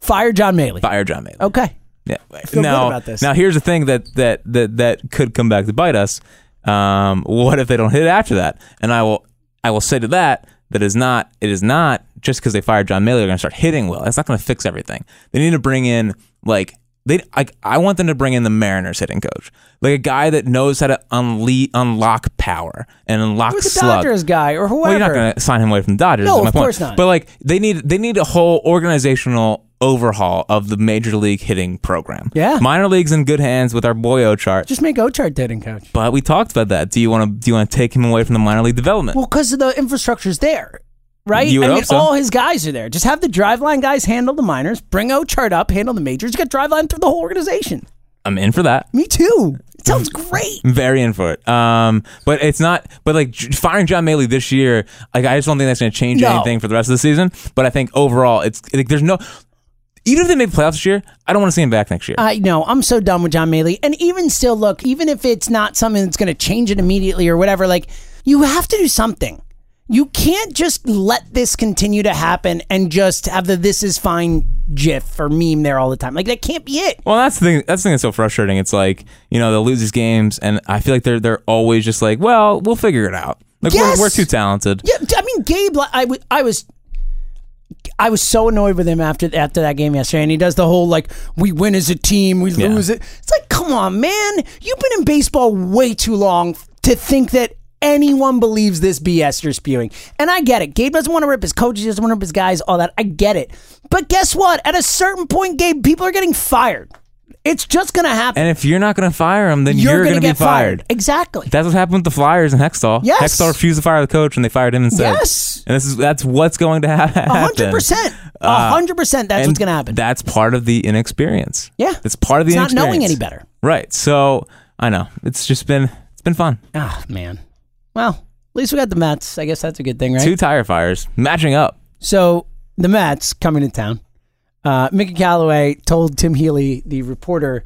[SPEAKER 3] fire John Maley.
[SPEAKER 2] Fire John Maley.
[SPEAKER 3] Okay.
[SPEAKER 2] Yeah.
[SPEAKER 3] good
[SPEAKER 2] now,
[SPEAKER 3] about this.
[SPEAKER 2] now here's the thing that that that that could come back to bite us. Um, what if they don't hit it after that? And I will I will say to that that is not it is not just because they fired John Maley they're going to start hitting well. That's not going to fix everything. They need to bring in like they like I want them to bring in the Mariners hitting coach, like a guy that knows how to unle- unlock power and unlock
[SPEAKER 3] With the
[SPEAKER 2] slug.
[SPEAKER 3] Dodgers guy or whoever.
[SPEAKER 2] Well, you're not going to sign him away from the Dodgers.
[SPEAKER 3] No,
[SPEAKER 2] is my
[SPEAKER 3] of
[SPEAKER 2] point.
[SPEAKER 3] course not.
[SPEAKER 2] But like, they need they need a whole organizational overhaul of the major league hitting program.
[SPEAKER 3] Yeah.
[SPEAKER 2] minor leagues in good hands with our boy Ochart.
[SPEAKER 3] Just make Ochart dead and coach.
[SPEAKER 2] but we talked about that. Do you want to do you want to take him away from the minor league development?
[SPEAKER 3] Well, because the infrastructure's there, right?
[SPEAKER 2] You would
[SPEAKER 3] I mean,
[SPEAKER 2] hope so.
[SPEAKER 3] all his guys are there. Just have the driveline guys handle the minors. Bring O chart up, handle the majors. You got driveline through the whole organization.
[SPEAKER 2] I'm in for that.
[SPEAKER 3] Me too. It sounds great.
[SPEAKER 2] I'm very in for it. Um, but it's not. But like j- firing John Maley this year, like I just don't think that's going to change
[SPEAKER 3] No.
[SPEAKER 2] anything for the rest of the season. But I think overall, it's like there's no. Even if they make playoffs this year, I don't want to see him back next year.
[SPEAKER 3] I know. I'm so done with John Maley. And even still, look, even if it's not something that's going to change it immediately or whatever, like, you have to do something. You can't just let this continue to happen and just have the this is fine gif or meme there all the time. Like, that can't be it.
[SPEAKER 2] Well, that's the thing. That's the thing that's so frustrating. It's like you know they'll lose these games, and I feel like they're they're always just like, well, we'll figure it out. Like
[SPEAKER 3] Yes!
[SPEAKER 2] we're, we're too talented.
[SPEAKER 3] Yeah, I mean, Gabe. like, I w- I was, I was so annoyed with him after after that game yesterday, and he does the whole like, "We win as a team, we lose it." It's like, come on, man, you've been in baseball way too long to think that anyone believes this BS you're spewing. And I get it. Gabe doesn't want to rip his coaches, doesn't want to rip his guys, all that. I get it. But guess what? At a certain point, Gabe, people are getting fired. It's just gonna happen.
[SPEAKER 2] And if you're not going to fire him, then you're, going to be
[SPEAKER 3] get
[SPEAKER 2] fired.
[SPEAKER 3] Exactly.
[SPEAKER 2] That's what happened with the Flyers and Hextall.
[SPEAKER 3] Yes.
[SPEAKER 2] Hextall refused to fire the coach, and they fired him instead.
[SPEAKER 3] Yes.
[SPEAKER 2] And this is that's what's going to [LAUGHS] ha- happen.
[SPEAKER 3] A hundred percent. A
[SPEAKER 2] Uh,
[SPEAKER 3] hundred percent. That's
[SPEAKER 2] And
[SPEAKER 3] what's gonna happen.
[SPEAKER 2] That's part of the inexperience.
[SPEAKER 3] Yeah.
[SPEAKER 2] It's part of the
[SPEAKER 3] It's not knowing
[SPEAKER 2] inexperience.
[SPEAKER 3] any better.
[SPEAKER 2] Right. So I know it's just been it's been fun.
[SPEAKER 3] Ah, man. Well, at least we got the Mets. I guess that's a good thing, right?
[SPEAKER 2] Two tire fires matching up.
[SPEAKER 3] So the Mets coming to town. Uh, Mickey Callaway told Tim Healy, the reporter,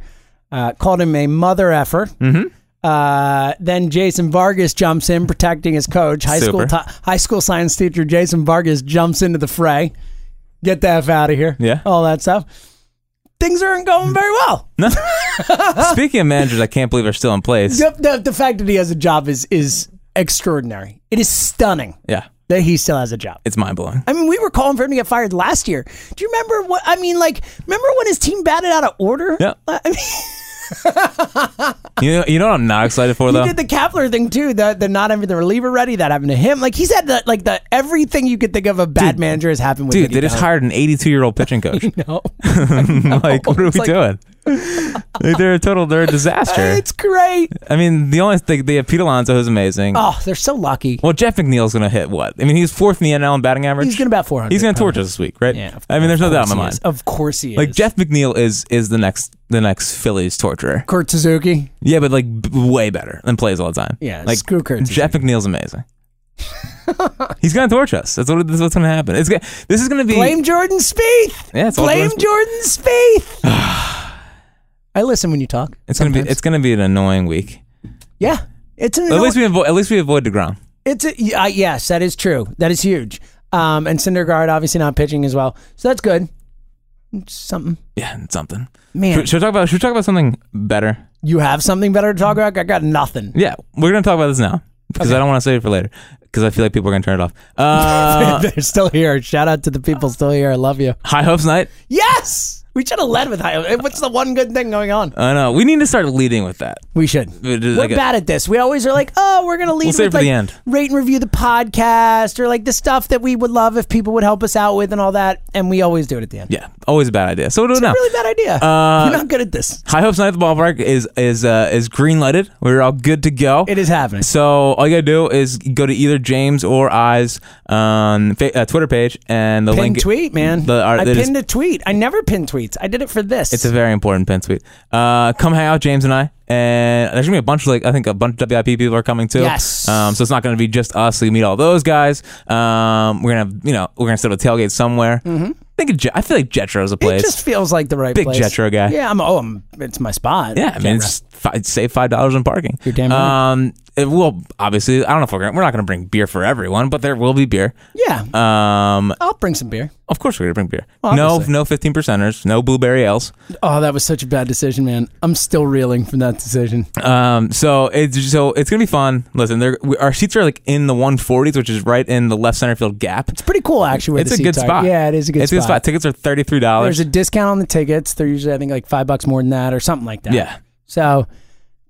[SPEAKER 3] uh, called him a mother effer. Mm-hmm. Uh, then Jason Vargas jumps in, protecting his coach. High school
[SPEAKER 2] Super.
[SPEAKER 3] ti- high school science teacher Jason Vargas jumps into the fray. Get the f out of here.
[SPEAKER 2] Yeah.
[SPEAKER 3] all that stuff. Things aren't going very well. Ah!
[SPEAKER 2] Speaking of managers, I can't believe are still in place.
[SPEAKER 3] The, the, the fact that he has a job is is extraordinary. It is stunning
[SPEAKER 2] Yeah.
[SPEAKER 3] that he still has a job.
[SPEAKER 2] It's mind blowing.
[SPEAKER 3] I mean, we were calling for him to get fired last year. Do you remember what? I mean, like, remember when his team batted out of order?
[SPEAKER 2] Yeah.
[SPEAKER 3] I mean,
[SPEAKER 2] You know, you know what I'm not excited for though.
[SPEAKER 3] [LAUGHS] he did the Kapler thing too. The, the not having the reliever ready that happened to him. Like he's had the, like the everything you could think of a bad manager has happened with.
[SPEAKER 2] Dude,
[SPEAKER 3] Mickey
[SPEAKER 2] they just
[SPEAKER 3] Gallagher.
[SPEAKER 2] hired an 82 year old pitching
[SPEAKER 3] [LAUGHS]
[SPEAKER 2] coach. [LAUGHS]
[SPEAKER 3] No,
[SPEAKER 2] like, what are we
[SPEAKER 3] It's like-
[SPEAKER 2] doing? Like, they're a total, they're a disaster.
[SPEAKER 3] it's great.
[SPEAKER 2] I mean, the only thing they have Pete Alonso, who's amazing.
[SPEAKER 3] Oh, they're so lucky.
[SPEAKER 2] Well, Jeff McNeil's going to hit what? I mean, he's fourth in the NL in batting average.
[SPEAKER 3] He's gonna bat 400,
[SPEAKER 2] He's going to
[SPEAKER 3] probably.
[SPEAKER 2] torch us this week, right?
[SPEAKER 3] Yeah, of
[SPEAKER 2] I mean, there's no doubt
[SPEAKER 3] course
[SPEAKER 2] in my
[SPEAKER 3] he
[SPEAKER 2] mind.
[SPEAKER 3] is. Of course he is.
[SPEAKER 2] Like Jeff McNeil is is the next the next Phillies torturer.
[SPEAKER 3] Kurt Suzuki.
[SPEAKER 2] Yeah, but like b- way better and plays all the time.
[SPEAKER 3] Yeah,
[SPEAKER 2] like
[SPEAKER 3] screw Kurt
[SPEAKER 2] Jeff
[SPEAKER 3] [LAUGHS]
[SPEAKER 2] McNeil's amazing. He's gonna torch us. That's what. That's what's gonna happen. It's gonna, this is gonna be.
[SPEAKER 3] Blame Jordan Spieth.
[SPEAKER 2] Yeah, it's all
[SPEAKER 3] Blame
[SPEAKER 2] Jordan Spieth.
[SPEAKER 3] Jordan Spieth.
[SPEAKER 2] [SIGHS]
[SPEAKER 3] I listen when you talk.
[SPEAKER 2] It's gonna be.
[SPEAKER 3] sometimes.
[SPEAKER 2] It's gonna be an annoying week.
[SPEAKER 3] yeah. It's an
[SPEAKER 2] At
[SPEAKER 3] annoying-
[SPEAKER 2] least we avoid. At least we avoid Degrom.
[SPEAKER 3] It's a, y- uh, yes, that is true. That is huge. Um, and Syndergaard obviously not pitching as well, so that's good. It's Something,
[SPEAKER 2] Yeah, it's something.
[SPEAKER 3] man.
[SPEAKER 2] Should, should we talk about? Should we talk about something better?
[SPEAKER 3] You have something better to talk about? I got nothing.
[SPEAKER 2] Yeah, we're gonna talk about this now because I don't want to save it for later because I feel like people are gonna turn it off.
[SPEAKER 3] [LAUGHS]
[SPEAKER 2] Uh,
[SPEAKER 3] [LAUGHS] They're still here. Shout out to the people still here. I love you.
[SPEAKER 2] High hopes night.
[SPEAKER 3] Yes, we should have led with high. What's the one good thing going on?
[SPEAKER 2] I know we need to start leading with that.
[SPEAKER 3] We should.
[SPEAKER 2] We're
[SPEAKER 3] We're bad at this. We always are like, oh, we're gonna leave
[SPEAKER 2] save
[SPEAKER 3] with
[SPEAKER 2] for
[SPEAKER 3] like
[SPEAKER 2] the end.
[SPEAKER 3] rate and review the podcast or like the stuff that we would love if people would help us out with and all that, and we always do it at the end.
[SPEAKER 2] Yeah, always a bad idea. So we'll do it
[SPEAKER 3] It's a
[SPEAKER 2] now.
[SPEAKER 3] really bad idea.
[SPEAKER 2] Uh,
[SPEAKER 3] You're not good at this.
[SPEAKER 2] High Hopes Night at the Ballpark is is uh, is green lighted. We're all good to go.
[SPEAKER 3] It is happening.
[SPEAKER 2] So all you gotta do is go to either James or I's um, fa- uh, Twitter page and the
[SPEAKER 3] Pin
[SPEAKER 2] link.
[SPEAKER 3] tweet, man.
[SPEAKER 2] The, our,
[SPEAKER 3] I
[SPEAKER 2] it is-
[SPEAKER 3] pinned a tweet. I never pin tweets. I did it for this.
[SPEAKER 2] it's a very important pin tweet. Uh, come hang out, James and I. And there's gonna be a bunch of like I think a bunch of WIP people are coming too.
[SPEAKER 3] Yes.
[SPEAKER 2] Um, so it's not gonna be just us. So you meet all those guys. Um, we're gonna have, you know we're gonna set up a tailgate somewhere. Mm-hmm. I think of Je- I feel like Jetro's a
[SPEAKER 3] it
[SPEAKER 2] place.
[SPEAKER 3] just feels like the right
[SPEAKER 2] Big
[SPEAKER 3] place.
[SPEAKER 2] Jetro guy.
[SPEAKER 3] Yeah, I'm. Oh, I'm, it's my spot.
[SPEAKER 2] Yeah, I mean, it's five, save five dollars on parking.
[SPEAKER 3] You're damn right.
[SPEAKER 2] Um, it will obviously. I don't know if we're gonna, we're not going to bring beer for everyone, but there will be beer.
[SPEAKER 3] yeah.
[SPEAKER 2] Um,
[SPEAKER 3] I'll bring some beer.
[SPEAKER 2] of course we're going to bring beer.
[SPEAKER 3] Well,
[SPEAKER 2] no,
[SPEAKER 3] obviously.
[SPEAKER 2] no fifteen percenters, no blueberry ales.
[SPEAKER 3] Oh, that was such a bad decision, man. I'm still reeling from that decision.
[SPEAKER 2] Um, so it's so it's going to be fun. Listen, there we, our seats are like in the one forties, which is right in the left center field gap.
[SPEAKER 3] It's pretty cool, actually. where
[SPEAKER 2] It's
[SPEAKER 3] the
[SPEAKER 2] a good
[SPEAKER 3] seats are.
[SPEAKER 2] spot.
[SPEAKER 3] Yeah, it is a good
[SPEAKER 2] it's
[SPEAKER 3] spot.
[SPEAKER 2] a good spot. Tickets are thirty
[SPEAKER 3] There's
[SPEAKER 2] three dollars.
[SPEAKER 3] a discount on the tickets. They're usually, I think, like five bucks more than that or something like that.
[SPEAKER 2] Yeah.
[SPEAKER 3] So,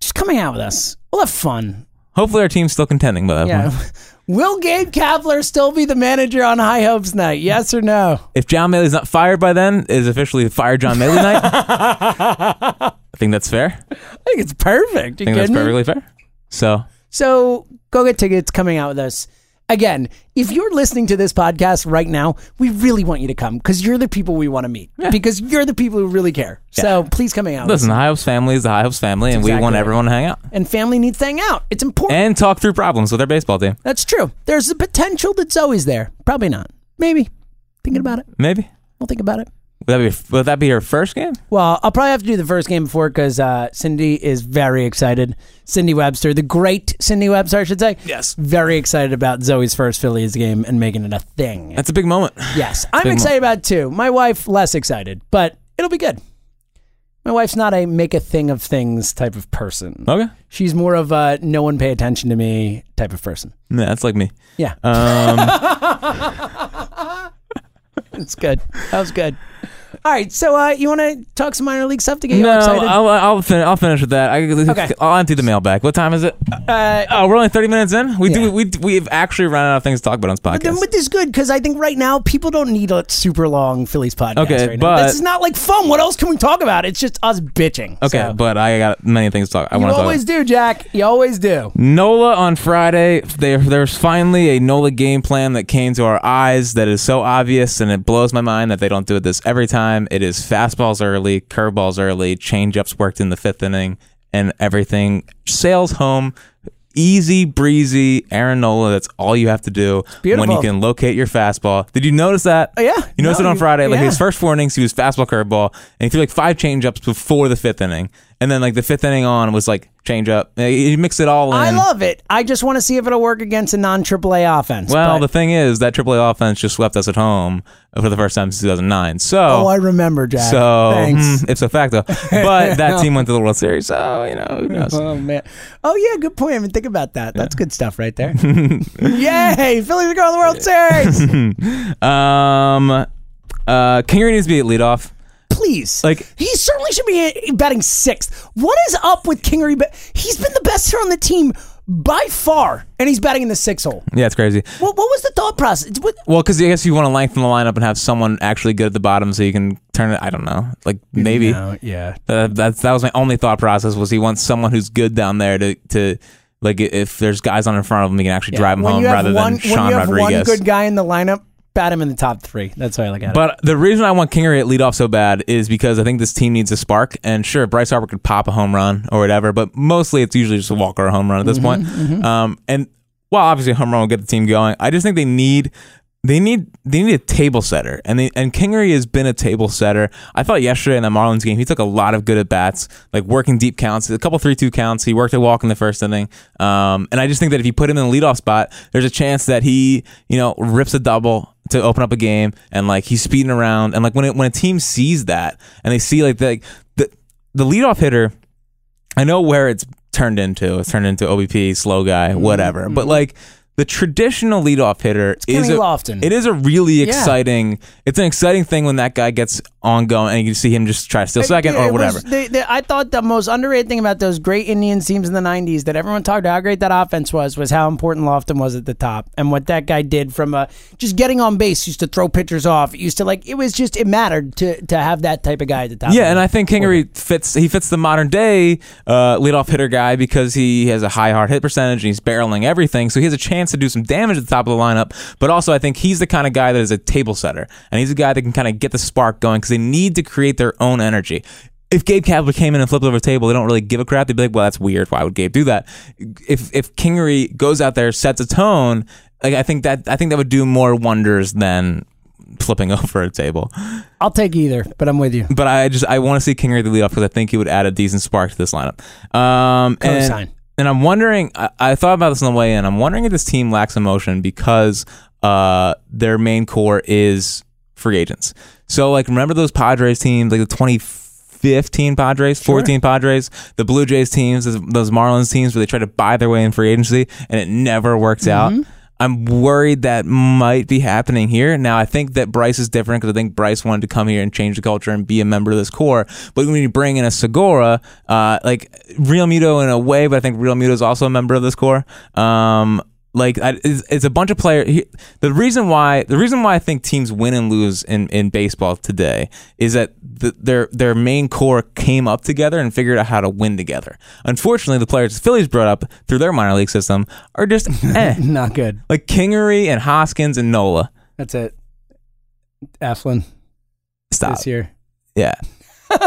[SPEAKER 3] just coming out with us. We'll have fun.
[SPEAKER 2] Hopefully, our team's still contending by that
[SPEAKER 3] Yeah. [LAUGHS]
[SPEAKER 2] point.
[SPEAKER 3] Will Gabe Kapler still be the manager on High Hopes night? Yes or no?
[SPEAKER 2] If John Maley's not fired by then, it is officially fire John Maley
[SPEAKER 3] [LAUGHS]
[SPEAKER 2] night. I think that's fair.
[SPEAKER 3] I think it's perfect. You
[SPEAKER 2] I think that's
[SPEAKER 3] kidding me?
[SPEAKER 2] perfectly fair. So
[SPEAKER 3] So go get tickets coming out with us. again, if you're listening to this podcast right now, we really want you to come because you're the people we want to meet because youar the people who really care. So please come hang out. with us.
[SPEAKER 2] Listen, the High Hopes family is the High Hopes family, and we
[SPEAKER 3] exactly
[SPEAKER 2] want
[SPEAKER 3] right.
[SPEAKER 2] everyone to hang out
[SPEAKER 3] and family needs to hang out. It's important.
[SPEAKER 2] and talk through problems with our baseball team.
[SPEAKER 3] That's true. There's the potential that's always there. Probably not. Maybe. Thinking about it.
[SPEAKER 2] Maybe
[SPEAKER 3] I'll think about it.
[SPEAKER 2] would that be would that be your first game?
[SPEAKER 3] Well, I'll probably have to do the first game before because uh, Cindy is very excited. Cindy Webster, the great Cindy Webster, I should say.
[SPEAKER 2] Yes.
[SPEAKER 3] Very excited about Zoe's first Phillies game and making it a thing.
[SPEAKER 2] That's a big moment.
[SPEAKER 3] yes. I'm
[SPEAKER 2] big
[SPEAKER 3] excited about it too. My wife, less excited, but it'll be good. My wife's not a make a thing of things type of person.
[SPEAKER 2] Okay,
[SPEAKER 3] She's more of a no one pay attention to me type of person.
[SPEAKER 2] yeah, that's like me.
[SPEAKER 3] Yeah. [LAUGHS]
[SPEAKER 2] Um,
[SPEAKER 3] That's good. That was good. All right, so uh, you want to talk some minor league stuff to get you
[SPEAKER 2] no,
[SPEAKER 3] all excited?
[SPEAKER 2] I'll I'll, fin- I'll finish with that. I,
[SPEAKER 3] Okay.
[SPEAKER 2] I'll empty the mail back. What time is it?
[SPEAKER 3] Uh,
[SPEAKER 2] Oh, we're only thirty minutes in. We
[SPEAKER 3] Yeah.
[SPEAKER 2] do we we've actually run out of things to talk about on this
[SPEAKER 3] but, then,
[SPEAKER 2] podcast.
[SPEAKER 3] but this is good because I think right now people don't need a super long Phillies podcast.
[SPEAKER 2] Okay,
[SPEAKER 3] right now.
[SPEAKER 2] but-
[SPEAKER 3] this is not like fun. What else can we talk about? It's just us bitching.
[SPEAKER 2] Okay,
[SPEAKER 3] so.
[SPEAKER 2] but I got many things to talk. I
[SPEAKER 3] you
[SPEAKER 2] want to talk.
[SPEAKER 3] always
[SPEAKER 2] about.
[SPEAKER 3] do, Jack. You always do.
[SPEAKER 2] Nola on Friday. There, there's finally a Nola game plan that came to our eyes that is so obvious, and it blows my mind that they don't do this every time. It is fastballs early, curveballs early, changeups worked in the fifth inning, and everything sails home. Easy breezy, Aaron Nola. That's all you have to do when
[SPEAKER 3] beautiful. Oh,
[SPEAKER 2] you can locate your fastball. Did you notice that?
[SPEAKER 3] yeah.
[SPEAKER 2] you noticed
[SPEAKER 3] No,
[SPEAKER 2] it on
[SPEAKER 3] you-
[SPEAKER 2] Friday. Like
[SPEAKER 3] yeah.
[SPEAKER 2] his first four innings, he was fastball, curveball, and he threw like five changeups before the fifth inning. And then like the fifth inning on was like changeup. He he mixed it all in.
[SPEAKER 3] I love it. I just want to see if it'll work against a non AAA offense.
[SPEAKER 2] Well,
[SPEAKER 3] but-
[SPEAKER 2] the thing is that AAA offense just swept us at home for the first time since 2009. So,
[SPEAKER 3] oh, I remember, Jack.
[SPEAKER 2] so
[SPEAKER 3] Thanks.
[SPEAKER 2] mm, it's a
[SPEAKER 3] [LAUGHS]
[SPEAKER 2] fact though. But that team went to the World Series, so you know who knows.
[SPEAKER 3] [LAUGHS]
[SPEAKER 2] [LAUGHS]
[SPEAKER 3] Oh man! Oh yeah, good point. I didn't think about that. That's good stuff right
[SPEAKER 2] [LAUGHS]
[SPEAKER 3] there. Yay! Phillies are going to the World Series.
[SPEAKER 2] [LAUGHS] Um, uh, Kingery needs to be at leadoff.
[SPEAKER 3] Please,
[SPEAKER 2] Like-
[SPEAKER 3] he certainly should be batting sixth. What is up with Kingery? But he's been the best hitter on the team by far, and he's batting in the six hole.
[SPEAKER 2] Yeah, it's crazy.
[SPEAKER 3] What, what was the thought process? What,
[SPEAKER 2] Well, because I guess you want to lengthen the lineup and have someone actually good at the bottom, so you can turn it. I don't know, like maybe.
[SPEAKER 3] yeah.
[SPEAKER 2] Uh, that's that was my only thought process was he wants someone who's good down there to to like i- if there's guys on in front of him, he can actually drive him
[SPEAKER 3] when
[SPEAKER 2] home
[SPEAKER 3] you have
[SPEAKER 2] rather
[SPEAKER 3] one,
[SPEAKER 2] than Sean
[SPEAKER 3] when you have
[SPEAKER 2] Rodriguez.
[SPEAKER 3] one good guy in the lineup, bat him in the top three. That's why I look at it.
[SPEAKER 2] But the reason I want Kingery at leadoff so bad is because I think this team needs a spark. And sure, Bryce Harper could pop a home run or whatever, but mostly it's usually just a walk or a home run at this
[SPEAKER 3] Mm-hmm,
[SPEAKER 2] point. Um, and well, obviously, a home run will get the team going. I just think they need. They need they need a table setter, and they, and Kingery has been a table setter. I thought yesterday in the Marlins game, he took a lot of good at bats, like working deep counts, a couple three two counts. He worked a walk in the first inning, um, and I just think that if you put him in the leadoff spot, there's a chance that he you know rips a double to open up a game and like he's speeding around and like when it, when a team sees that and they see like the like, the, the leadoff hitter I know where it's turned into it's turned into OBP slow guy whatever but like the traditional leadoff hitter is
[SPEAKER 3] Kenny
[SPEAKER 2] a,
[SPEAKER 3] Lofton.
[SPEAKER 2] it is a really exciting it's an exciting thing when that guy gets ongoing and you see him just try to steal second
[SPEAKER 3] It- it
[SPEAKER 2] or
[SPEAKER 3] was-
[SPEAKER 2] whatever
[SPEAKER 3] they- they- I thought the most underrated thing about those great Indian teams in the '90s that everyone talked about how great that offense was was how important Lofton was at the top and what that guy did from uh, just getting on base used to throw pitchers off. It used to like it was just it mattered to to have that type of guy at the top.
[SPEAKER 2] Yeah, and I think Kingery fits. He fits the modern day uh, leadoff hitter guy because he has a high hard hit percentage and he's barreling everything, so he has a chance to do some damage at the top of the lineup. But also, I think he's the kind of guy that is a table setter, and he's a guy that can kind of get the spark going because they need to create their own energy. If Gabe Kapler came in and flipped over a table, they don't really give a crap. They'd be like, "Well, that's weird. Why would Gabe do that?" If if Kingery goes out there, sets a tone, like I think that I think that would do more wonders than flipping [LAUGHS] over a table.
[SPEAKER 3] I'll take either, but I'm with you.
[SPEAKER 2] But I just I want to see Kingery at the leadoff because I think he would add a decent spark to this lineup. Um,
[SPEAKER 3] Cosign.
[SPEAKER 2] [LAUGHS] and, and I'm wondering. I, I thought about this on the way in. I'm wondering if this team lacks emotion because uh, their main core is free agents. So like, remember those Padres teams, like the 2015 Padres, 14 Padres, the Blue Jays teams, those Marlins teams where they tried to buy their way in free agency and it never worked out. I'm worried that might be happening here. Now, I think that Bryce is different because I think Bryce wanted to come here and change the culture and be a member of this core. But when you bring in a Segura, uh, like Real Muto in a way, but I think Real Muto is also a member of this core. Um, Like I, it's, it's a bunch of players. The reason why the reason why I think teams win and lose in, in baseball today is that the, their their main core came up together and figured out how to win together. Unfortunately, the players the Phillies brought up through their minor league system are just [LAUGHS] eh.
[SPEAKER 3] Not good.
[SPEAKER 2] like Kingery and Hoskins and Nola.
[SPEAKER 3] That's it. Eflin
[SPEAKER 2] Stop.
[SPEAKER 3] this year.
[SPEAKER 2] Yeah. [LAUGHS]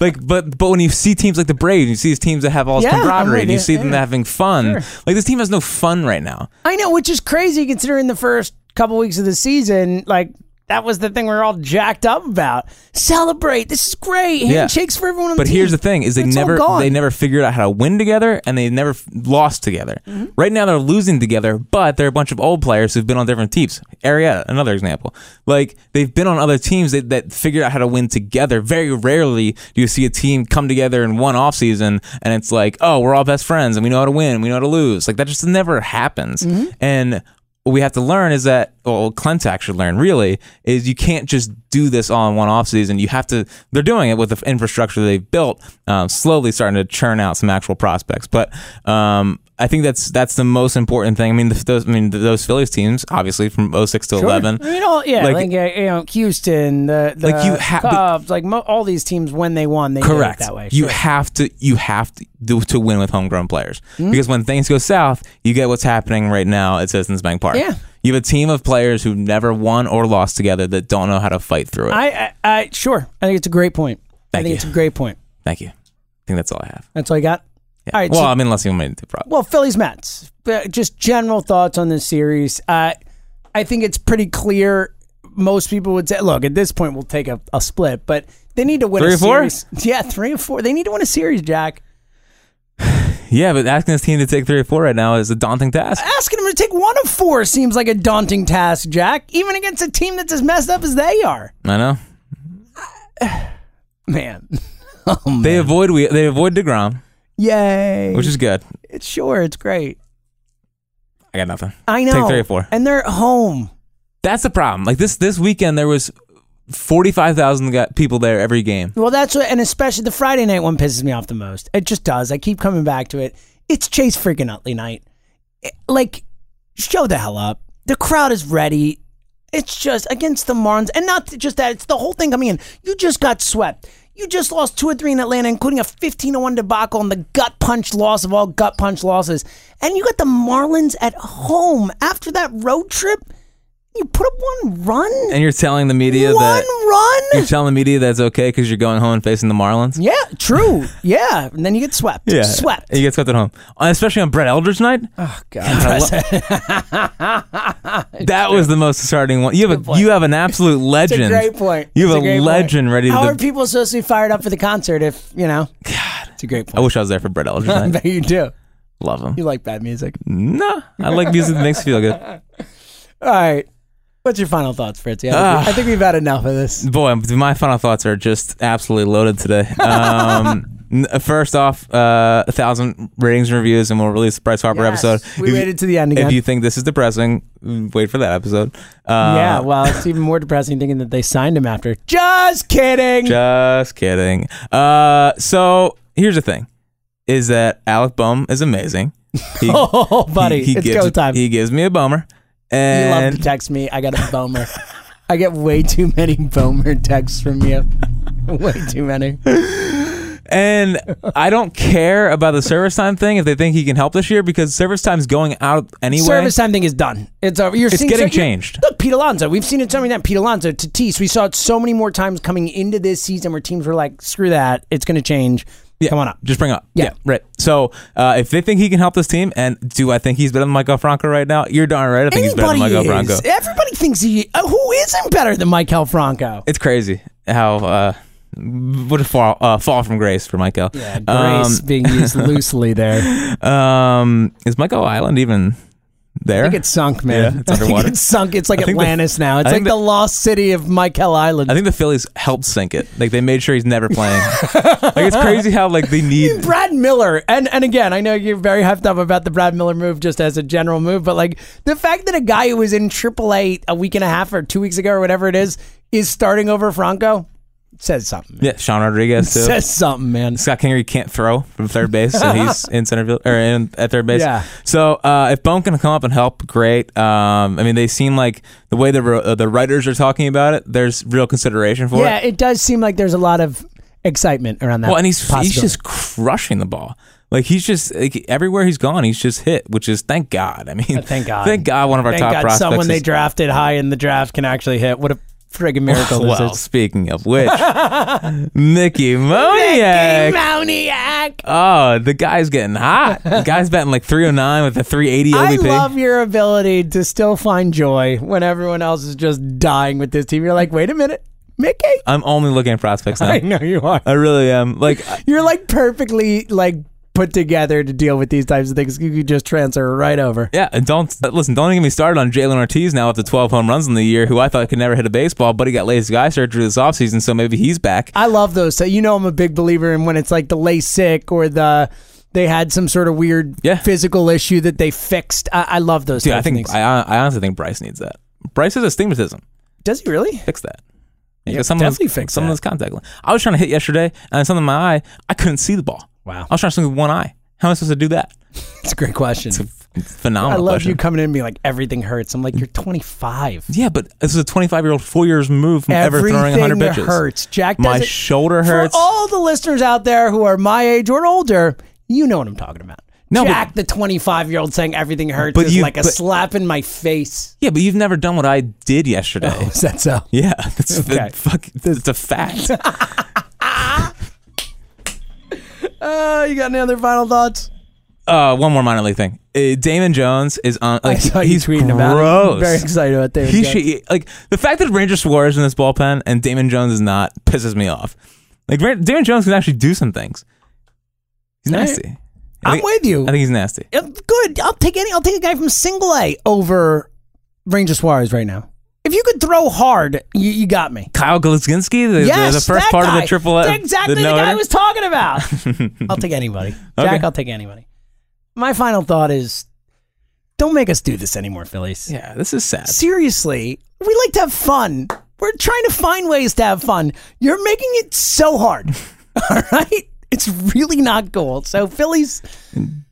[SPEAKER 2] like, but but when you see teams like the Braves, you see these teams that have all this
[SPEAKER 3] Yeah, I'm
[SPEAKER 2] camaraderie,
[SPEAKER 3] with
[SPEAKER 2] and you
[SPEAKER 3] you.
[SPEAKER 2] see them
[SPEAKER 3] Yeah.
[SPEAKER 2] having fun.
[SPEAKER 3] Sure.
[SPEAKER 2] Like this team has no fun right now.
[SPEAKER 3] I know, which is crazy considering the first couple weeks of the season, like that was the thing we were all jacked up about. Celebrate. This is great.
[SPEAKER 2] Yeah.
[SPEAKER 3] Handshakes for everyone on the
[SPEAKER 2] But
[SPEAKER 3] team.
[SPEAKER 2] here's the thing: is they
[SPEAKER 3] It's all
[SPEAKER 2] never
[SPEAKER 3] gone.
[SPEAKER 2] they never figured out how to win together, and they never f- lost together.
[SPEAKER 3] Mm-hmm.
[SPEAKER 2] Right now they're losing together, but they're a bunch of old players who've been on different teams. Arietta, another example. Like they've been on other teams that, that figured out how to win together. Very rarely do you see a team come together in one off season, and it's like, oh, we're all best friends, and we know how to win, and we know how to lose. Like that just never happens.
[SPEAKER 3] Mm-hmm.
[SPEAKER 2] And what we have to learn is that well what Clentac should learn really is you can't just do this all in one offseason. You have to they're doing it with the infrastructure they've built, um, slowly starting to churn out some actual prospects. But um, I think that's that's the most important thing. I mean, the, those I mean th- those Phillies teams obviously from 06 to
[SPEAKER 3] Sure.
[SPEAKER 2] 11.
[SPEAKER 3] I mean, all, yeah,
[SPEAKER 2] Like-
[SPEAKER 3] like, uh, you know, Houston, the, the
[SPEAKER 2] Like, you ha- but-
[SPEAKER 3] Cubs, like mo- all these teams when they won, they did it
[SPEAKER 2] Correct.
[SPEAKER 3] that way.
[SPEAKER 2] You
[SPEAKER 3] Sure.
[SPEAKER 2] have to you have to do, to win with homegrown players
[SPEAKER 3] Hmm?
[SPEAKER 2] because when things go south, you get what's happening right now at Citizens Bank Park.
[SPEAKER 3] Yeah.
[SPEAKER 2] You have a team of players who never won or lost together that don't know how to fight through it.
[SPEAKER 3] I, I, I, sure. I think it's a great point. I
[SPEAKER 2] Thank
[SPEAKER 3] think
[SPEAKER 2] you.
[SPEAKER 3] it's a great point.
[SPEAKER 2] Thank you. I think that's all I have.
[SPEAKER 3] That's all I got.
[SPEAKER 2] Yeah.
[SPEAKER 3] All right.
[SPEAKER 2] well,
[SPEAKER 3] so-
[SPEAKER 2] I mean, unless you want me to do prop.
[SPEAKER 3] well, Phillies Mets. Uh, Just general thoughts on this series. Uh, I think it's pretty clear. Most people would say, look, at this point, we'll take a, a split, but they need to win
[SPEAKER 2] Three
[SPEAKER 3] a
[SPEAKER 2] or four?
[SPEAKER 3] series. [LAUGHS] Yeah, three or four. They need to win a series, Jack.
[SPEAKER 2] yeah, but asking this team to take three or four right now is a daunting task.
[SPEAKER 3] Asking them to take one of four seems like a daunting task, Jack, even against a team that's as messed up as they are.
[SPEAKER 2] I know.
[SPEAKER 3] Man. [LAUGHS]
[SPEAKER 2] They avoid we they avoid Degrom,
[SPEAKER 3] Yay.
[SPEAKER 2] which is good.
[SPEAKER 3] it's sure, it's great.
[SPEAKER 2] I got nothing.
[SPEAKER 3] I know.
[SPEAKER 2] Take three or four.
[SPEAKER 3] And they're at home.
[SPEAKER 2] That's the problem. Like this this weekend, there was forty five thousand people there every game.
[SPEAKER 3] Well, that's what, and especially the Friday night one pisses me off the most. It just does. I keep coming back to it. It's Chase freaking Utley night. It- like, show the hell up. The crowd is ready. It's just against the Marlins, and not just that. It's the whole thing coming in. You just got swept. You just lost two or three in Atlanta, including a 15-1 debacle and the gut punch loss of all gut punch losses. And you got the Marlins at home after that road trip. You put up one run,
[SPEAKER 2] And you're telling the media
[SPEAKER 3] one
[SPEAKER 2] that
[SPEAKER 3] run.
[SPEAKER 2] you're telling the media that's okay because you're going home and facing the Marlins.
[SPEAKER 3] Yeah, true. yeah, and then you get swept. swept.
[SPEAKER 2] You get swept at home, Uh, especially on Brett Eldridge
[SPEAKER 3] [LAUGHS]
[SPEAKER 2] night.
[SPEAKER 3] oh God,
[SPEAKER 2] that was the most disheartening one. You have a, you have an absolute
[SPEAKER 3] it's
[SPEAKER 2] legend.
[SPEAKER 3] a great point.
[SPEAKER 2] You have
[SPEAKER 3] It's
[SPEAKER 2] a,
[SPEAKER 3] great
[SPEAKER 2] legend
[SPEAKER 3] point.
[SPEAKER 2] ready
[SPEAKER 3] How
[SPEAKER 2] to.
[SPEAKER 3] are people supposed to be fired up for the concert if you know? God, it's a great
[SPEAKER 2] I
[SPEAKER 3] point.
[SPEAKER 2] wish I was there for Brett
[SPEAKER 3] [LAUGHS]
[SPEAKER 2] Eldridge
[SPEAKER 3] I
[SPEAKER 2] night.
[SPEAKER 3] bet you do.
[SPEAKER 2] Love him.
[SPEAKER 3] You like bad music.
[SPEAKER 2] No, I like music that makes me feel good.
[SPEAKER 3] All right. What's your final thoughts, Fritzy? I think,
[SPEAKER 2] Ah.
[SPEAKER 3] we- I think we've had enough of this.
[SPEAKER 2] Boy, my final thoughts are just absolutely loaded today. Um, n- first off, uh, a thousand ratings and reviews, and we'll release the Bryce Harper
[SPEAKER 3] Yes,
[SPEAKER 2] episode.
[SPEAKER 3] we
[SPEAKER 2] If you-
[SPEAKER 3] waited to the end again.
[SPEAKER 2] If you think this is depressing, wait for that episode. Uh,
[SPEAKER 3] yeah, well, it's even more depressing thinking that they signed him after. Just kidding.
[SPEAKER 2] Just kidding. Uh, so here's the thing: is that Alec Bohm is amazing. He,
[SPEAKER 3] [LAUGHS] [LAUGHS] oh, buddy,
[SPEAKER 2] he- he
[SPEAKER 3] it's
[SPEAKER 2] gives,
[SPEAKER 3] go time.
[SPEAKER 2] He gives me a bummer,
[SPEAKER 3] you love
[SPEAKER 2] and
[SPEAKER 3] to text me. I got a bomer. I get way too many bomer texts from you. [LAUGHS] way too many.
[SPEAKER 2] And I don't care about the service time thing if they think he can help this year because service time's going out anyway.
[SPEAKER 3] Service time thing is done. It's over. You're
[SPEAKER 2] It's
[SPEAKER 3] seeing
[SPEAKER 2] getting
[SPEAKER 3] you're-
[SPEAKER 2] changed.
[SPEAKER 3] Look, Pete Alonso. We've seen it so many times. Pete Alonso, Tatis. We saw it so many more times coming into this season where teams were like, "Screw that, it's going to change." Come on up.
[SPEAKER 2] Just bring it up.
[SPEAKER 3] Yeah.
[SPEAKER 2] right. So uh, if they think he can help this team, and do I think he's better than Michael Franco right now? You're darn right. I think
[SPEAKER 3] Anybody
[SPEAKER 2] he's better than Michael
[SPEAKER 3] is.
[SPEAKER 2] Franco.
[SPEAKER 3] Everybody thinks he. uh, who isn't better than Michael Franco?
[SPEAKER 2] It's crazy how uh, what a fall uh, fall from grace for Michael.
[SPEAKER 3] Yeah, Uh, grace being
[SPEAKER 2] [LAUGHS]
[SPEAKER 3] used loosely there. I
[SPEAKER 2] Um, um, is Michael Island even there?
[SPEAKER 3] think it's sunk, [LAUGHS] man.
[SPEAKER 2] Yeah, it's
[SPEAKER 3] I think
[SPEAKER 2] underwater.
[SPEAKER 3] it's sunk. It's like
[SPEAKER 2] I think the-
[SPEAKER 3] Atlantis now. It's
[SPEAKER 2] I
[SPEAKER 3] like
[SPEAKER 2] think
[SPEAKER 3] the,
[SPEAKER 2] the-
[SPEAKER 3] lost city of Michael Island.
[SPEAKER 2] I think the Phillies helped sink it. Like they made sure he's never playing. like it's crazy how like
[SPEAKER 3] [LAUGHS]
[SPEAKER 2] they need
[SPEAKER 3] Brad Miller, and and again, I know you're very hyped up about the Brad Miller move just as a general move, but like the fact that a guy who was in AAA a week and a half or two weeks ago or whatever it is is starting over Franco, says something.
[SPEAKER 2] Yeah, Sean Rodriguez too.
[SPEAKER 3] Says something, man.
[SPEAKER 2] Scott Kingery can't throw from third base, so
[SPEAKER 3] [LAUGHS]
[SPEAKER 2] he's in center field or in, at third base.
[SPEAKER 3] Yeah.
[SPEAKER 2] So uh, if Bone can come up and help, great. Um, I mean, they seem like the way the ro- uh, the writers are talking about it. There's real consideration for
[SPEAKER 3] Yeah,
[SPEAKER 2] it.
[SPEAKER 3] it does seem like there's a lot of excitement around that.
[SPEAKER 2] Well, and he's he's
[SPEAKER 3] possibility.
[SPEAKER 2] just crushing the ball. Like he's just like everywhere he's gone, he's just hit, which is thank God. I mean,
[SPEAKER 3] Uh, thank God.
[SPEAKER 2] thank God, one of our
[SPEAKER 3] Thank
[SPEAKER 2] top
[SPEAKER 3] God
[SPEAKER 2] prospects.
[SPEAKER 3] someone they
[SPEAKER 2] is-
[SPEAKER 3] drafted high in the draft can actually hit. What a friggin' miracle
[SPEAKER 2] [LAUGHS] well,
[SPEAKER 3] this is.
[SPEAKER 2] speaking of
[SPEAKER 3] [LAUGHS]
[SPEAKER 2] which, Mickey Moniak.
[SPEAKER 3] Demoniac.
[SPEAKER 2] Oh, the guy's getting hot. The guy's batting like 309 with a 380
[SPEAKER 3] I
[SPEAKER 2] OBP.
[SPEAKER 3] love your ability to still find joy when everyone else is just dying with this team. You're like, wait a minute,
[SPEAKER 2] [LAUGHS]
[SPEAKER 3] Mickey.
[SPEAKER 2] I'm only looking at prospects now.
[SPEAKER 3] I
[SPEAKER 2] I,
[SPEAKER 3] know you are.
[SPEAKER 2] really am.
[SPEAKER 3] [LAUGHS]
[SPEAKER 2] Like, I-
[SPEAKER 3] You're like perfectly like put together to deal with these types of things. You could just transfer right over.
[SPEAKER 2] yeah, and don't listen. Don't even get me started on Jalen Ortiz now with the 12 home runs in the year, who I thought could never hit a baseball, but he got lazy guy surgery this offseason, so maybe he's back.
[SPEAKER 3] I love those. So you know, I'm a big believer in when it's like the LASIK or the they had some sort of weird
[SPEAKER 2] Yeah.
[SPEAKER 3] physical issue that they fixed. I, I love those.
[SPEAKER 2] Dude,
[SPEAKER 3] types
[SPEAKER 2] I
[SPEAKER 3] of
[SPEAKER 2] think
[SPEAKER 3] things.
[SPEAKER 2] I, I honestly think Bryce needs that. Bryce has astigmatism.
[SPEAKER 3] does he really?
[SPEAKER 2] Fix that.
[SPEAKER 3] Yeah,
[SPEAKER 2] Because some of those-
[SPEAKER 3] definitely fix
[SPEAKER 2] some of
[SPEAKER 3] that.
[SPEAKER 2] those contact lens. I was trying to hit yesterday, and something in my eye, I couldn't see the ball.
[SPEAKER 3] Wow.
[SPEAKER 2] I was trying to swing with one eye. How am I supposed to do that?
[SPEAKER 3] It's a great question.
[SPEAKER 2] It's a
[SPEAKER 3] I
[SPEAKER 2] phenomenal
[SPEAKER 3] love
[SPEAKER 2] question. Mm.
[SPEAKER 3] you coming in and being like everything hurts. I'm like you're 25.
[SPEAKER 2] Yeah, but this is a 25 year old four years move from
[SPEAKER 3] Everything
[SPEAKER 2] ever throwing 100 pitches.
[SPEAKER 3] hurts. Jack,
[SPEAKER 2] My
[SPEAKER 3] doesn't-
[SPEAKER 2] shoulder hurts.
[SPEAKER 3] For all the listeners out there who are my age or older, you know what I'm talking about.
[SPEAKER 2] No, but-
[SPEAKER 3] Jack, the 25 year old saying everything hurts
[SPEAKER 2] But
[SPEAKER 3] is
[SPEAKER 2] you-
[SPEAKER 3] like a
[SPEAKER 2] but-
[SPEAKER 3] slap in my face.
[SPEAKER 2] [LAUGHS] yeah, but you've never done what I did yesterday.
[SPEAKER 3] Is that so?
[SPEAKER 2] [LAUGHS] Yeah, that's
[SPEAKER 3] Oh. Okay.
[SPEAKER 2] that fuck. It's
[SPEAKER 3] [LAUGHS]
[SPEAKER 2] a fact.
[SPEAKER 3] Uh, you got any other final thoughts?
[SPEAKER 2] uh, one more minor league thing. Uh, Damon Jones is on. Like,
[SPEAKER 3] I saw you
[SPEAKER 2] he's
[SPEAKER 3] tweeting
[SPEAKER 2] gross.
[SPEAKER 3] about it. Very excited about Damon
[SPEAKER 2] He
[SPEAKER 3] Jones.
[SPEAKER 2] should like the fact that Ranger Suarez in this bullpen and Damon Jones is not pisses me off. Like Ran- Damon Jones can actually do some things. He's
[SPEAKER 3] All right.
[SPEAKER 2] nasty. I
[SPEAKER 3] I'm
[SPEAKER 2] think-
[SPEAKER 3] with you.
[SPEAKER 2] I think he's nasty.
[SPEAKER 3] Uh, Good. I'll take any. I'll take a guy from single A over Ranger Suarez right now. If you could throw hard, you, you got me.
[SPEAKER 2] Kyle Golizinski, the, the-
[SPEAKER 3] yes,
[SPEAKER 2] the, first
[SPEAKER 3] that
[SPEAKER 2] part of
[SPEAKER 3] guy.
[SPEAKER 2] the triple.
[SPEAKER 3] That's exactly the, guy I was talking about.
[SPEAKER 2] [LAUGHS]
[SPEAKER 3] I'll take anybody. Jack,
[SPEAKER 2] Okay.
[SPEAKER 3] I'll take anybody. My final thought is don't make us do this anymore, Phillies.
[SPEAKER 2] Yeah, this is sad.
[SPEAKER 3] Seriously, we like to have fun. We're trying to find ways to have fun. You're making it so hard. [LAUGHS] All right? It's really not cool. So, Phillies,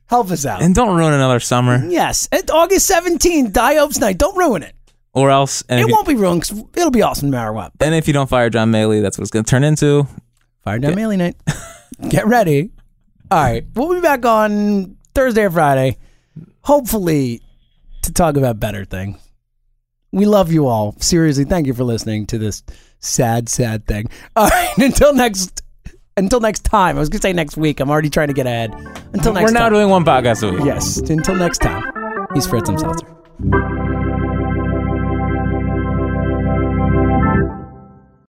[SPEAKER 3] help us out.
[SPEAKER 2] And don't ruin another summer,
[SPEAKER 3] yes, at August 17th, Die Hopes Night. Don't ruin it.
[SPEAKER 2] or else. And
[SPEAKER 3] It
[SPEAKER 2] if you,
[SPEAKER 3] won't be ruined 'cause it'll be awesome no matter what.
[SPEAKER 2] and if you don't fire John Maley, that's what it's going to turn into.
[SPEAKER 3] Fire down Mealy night. [LAUGHS] Get ready. All right. We'll be back on Thursday or Friday, hopefully, to talk about better things. We love you all. Seriously, thank you for listening to this sad, sad thing. All right. [LAUGHS] Until next until next time. I was gonna say next week. I'm already trying to get ahead. Until next
[SPEAKER 2] We're now
[SPEAKER 3] time.
[SPEAKER 2] doing one podcast a week.
[SPEAKER 3] yes. Until next time. He's Fritz Seltzer.